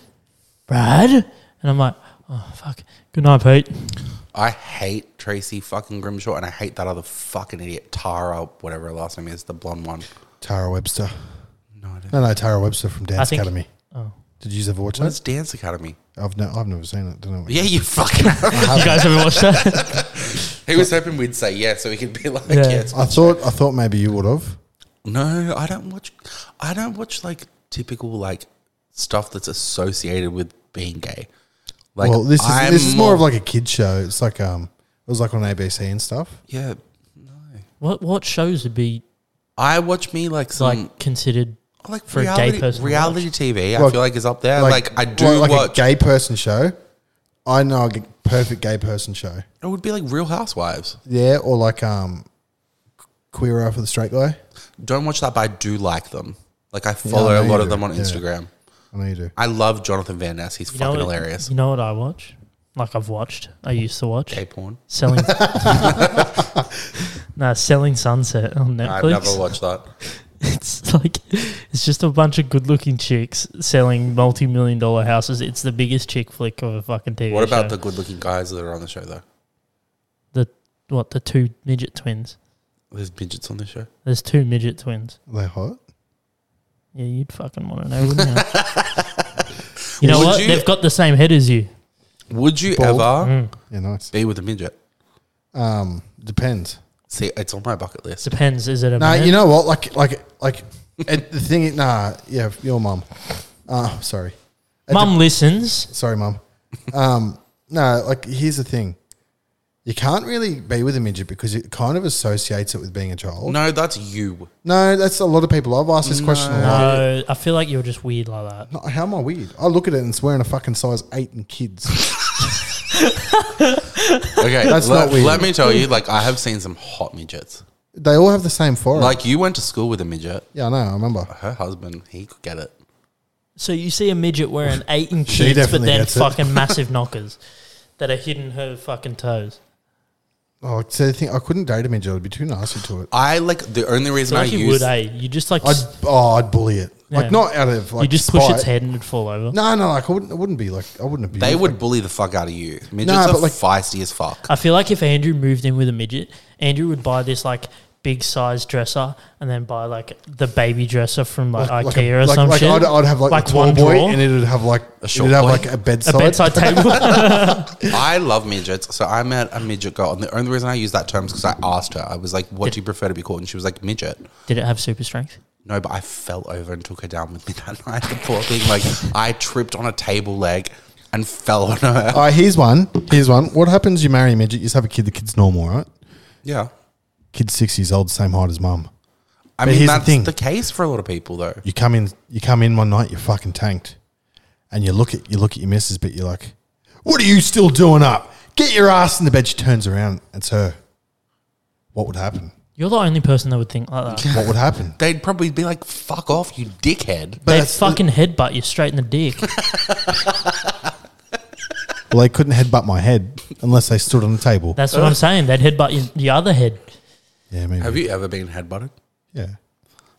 Brad, and I'm like, oh fuck, good night, Pete. I hate Tracy fucking Grimshaw and I hate that other fucking idiot, Tara, whatever her last name is, the blonde one. Tara Webster. No, I don't. No, no, Tara Webster from Dance think- Academy. Oh. Did you ever watch Where's it? Dance Academy? I've, no, I've never seen it. Don't know. what- Yeah, you fucking. You guys ever watched that? he was hoping we'd say yeah, so he could be like, Yeah. yes. I thought I thought maybe you would have. No, I don't watch. I don't watch like typical like stuff that's associated with being gay. Like, well, this is I'm this is more, of like a kid show. It's like um, it was like on ABC and stuff. yeah. No, what what shows would be I watch me like some like considered? like for a gay reality, person to reality TV. I Like- feel like is up there. Like, I do like, watch. a gay person show. I know a g- perfect gay person show. it would be like Real Housewives. Yeah, or like um, Queer Eye for the Straight Guy. don't watch that, but I do like them. Like I follow know a you lot of do. them on Yeah. Instagram. I know you do. I love Jonathan Van Ness. He's You know fucking what- hilarious. You know what I watch? Like I've watched. I used to watch. Gay porn. Selling. no, Selling Sunset on I've Netflix. never watched that. It's like it's just a bunch of good-looking chicks selling multi-million dollar houses. It's the biggest chick flick of a fucking TV. What about show. the good-looking guys that are on the show though? the what the two midget twins? There's midgets on the show. There's two midget twins. Are they hot? Yeah, you'd fucking want to know, wouldn't you? you know Would what? you- They've got the same head as you. Would you Bald. ever Mm. Yeah, nice. be with a midget? Um, depends. See, it's on my bucket list. Depends. Is it a No, man? you know what? Like, like, like, it, the thing. is- Nah, yeah, your mum. Uh, sorry, It Mum listens. sorry, mum. Um, no, like, here's the thing. You can't really be with a midget because it kind of associates it with being a child. No, No, that's you. that's a lot of people. I've asked this question a lot. No, I feel like you're just weird like that. No, How am I weird? I look at it and it's wearing a fucking size eight and kids. Okay, That's let, not weird. let me tell you. Like I have seen some hot midgets. they all have the same forehead. Like you went to school with a midget. yeah, I know. I remember. Her husband, he could get it. So you see a midget wearing eight inch She kids, but definitely then gets it. fucking massive knockers that are hitting her fucking toes. Oh, it's the thing. I couldn't date a midget. I'd be too nasty to it. I like the only So reason I like you use would, eh? You just like I'd s- oh, I'd bully it. Yeah. Like not out of like you just push spite. its head and it'd fall over. No, no, like I wouldn't. I wouldn't be like I wouldn't abuse. they it. would bully the fuck out of you. Midgets Nah, are but like- feisty as fuck. I feel like if Andrew moved in with a midget, Andrew would buy this like big size dresser and then buy like the baby dresser from like, Like- like a- IKEA or like- some like shit. I'd, I'd have like, the tall one boy, drawer, and it'd have like a short it'd have boy. like a bedside. a bedside table. I love midgets. So I met a midget girl, and the only reason I use that term is because I asked her. I was like, "What do you prefer to be called?" And she was like, "Midget." Did it have super strength? No, but I fell over and took her down with me that night. The poor thing, like I tripped on a table leg and fell on her. All right, here's one. Here's one. What happens? You marry a midget. You just have a kid. The kid's normal, right? Yeah, Kid's six years old, same height as mum. I But mean here's the that's the, thing. case for a lot of people, though. You come in. You come in one night. You're fucking tanked, and you look at you look at your missus, but you're like, "What are you still doing up? Get your ass in the bed." She turns around. It's her. What would happen? You're the only person that would think like that. What would happen? They'd probably be like, "Fuck off, you dickhead." But They'd that's- fucking headbutt you straight in the dick. Well, they couldn't headbutt my head unless they stood on the table. That's what I'm saying. They'd headbutt you, the other head. yeah, maybe. Have you ever been headbutted? Yeah.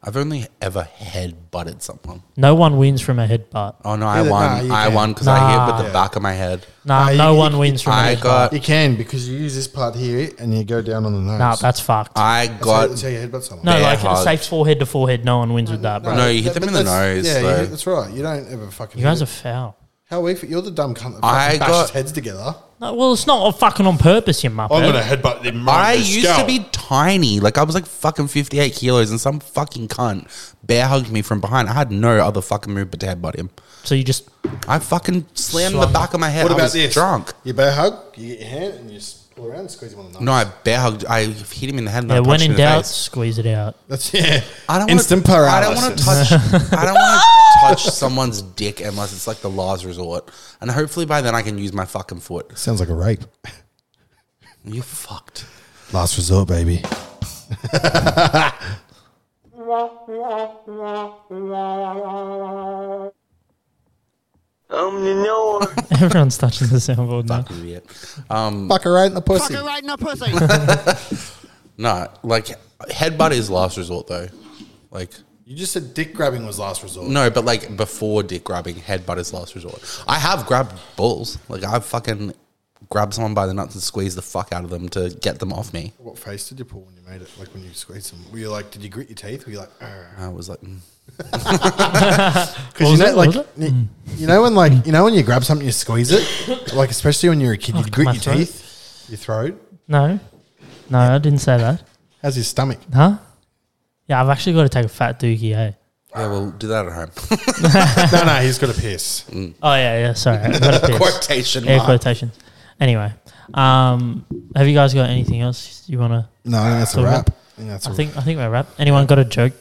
I've only ever headbutted someone. No one wins from a headbutt. Oh no, I Yeah, nah, won. you I can. won because Nah. I hit with the Yeah. back of my head. Nah, Nah, no you- one you- wins from a I headbutt. got- You can because you use this part here and you go down on the nose. nah, that's fucked. I got that's how you headbutt someone. no, bear like hugs. say forehead to forehead, no one wins with that, bro. No, you hit them in the nose, Yeah, though. you, that's right. You don't ever fucking. You guys hit are it. foul. how weak? You're the dumb cunt that I fucking got- bashes heads together. No, well, it's not fucking on purpose, you muppet. headbutt him. I used to be tiny. Like I was like fucking 58 kilos and some fucking cunt bear hugged me from behind. I had no other fucking move but to headbutt him. so you just I fucking slammed Slung. the back of my head. What I about was this? drunk. You bear hug. You get your hand and you just pull around and squeeze him on the nose. No, I bear hugged. I hit him in the head and yeah, I when punched him in in the doubt, face. squeeze it out. That's yeah. I don't Instant wanna, paralysis. I don't want to touch. I don't want to touch someone's dick unless it's like the last resort. And hopefully by then I can use my fucking foot. Sounds like a rape. You fucked. Last resort, baby. Everyone's touching the soundboard now. Fucking idiot. Um, Fuck her right in the pussy. Fucking right in the pussy. no, like headbutt is last resort though. Like. You just said dick grabbing was last resort. No, but like before dick grabbing, headbutt is last resort. I have grabbed balls. Like I've fucking grabbed someone by the nuts and squeezed the fuck out of them to get them off me. What face did you pull when you made it? Like when you squeezed them? Were you like, did you grit your teeth? Were you like, I was like, mm. because you was know, Oh, it? like, Was it? you, you know when like you know when you grab something, you squeeze it. Like especially when you're a kid, Fuck, you would grit Oh, my your throat. teeth, your throat. No, no, I didn't say that. How's your stomach? Huh? Yeah, I've actually got to take a fat dookie, yeah, eh? well, do that at home. no, no, he's got a piss. Oh yeah, yeah. Sorry, I've got a piss. Quotation Air mark. quotations. Anyway, um, have you guys got anything else you want to? No, I think that's a So wrap. I think that's a I think I think we're wrapped. Anyone got a joke?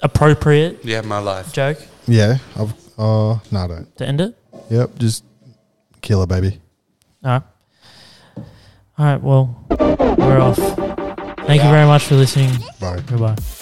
Appropriate Yeah, my life. joke Yeah. I've, uh, no, I don't. to end it. Yep. Just kill her, baby. All right. All right. Well, we're off. Thank you very much for listening. Bye. Goodbye.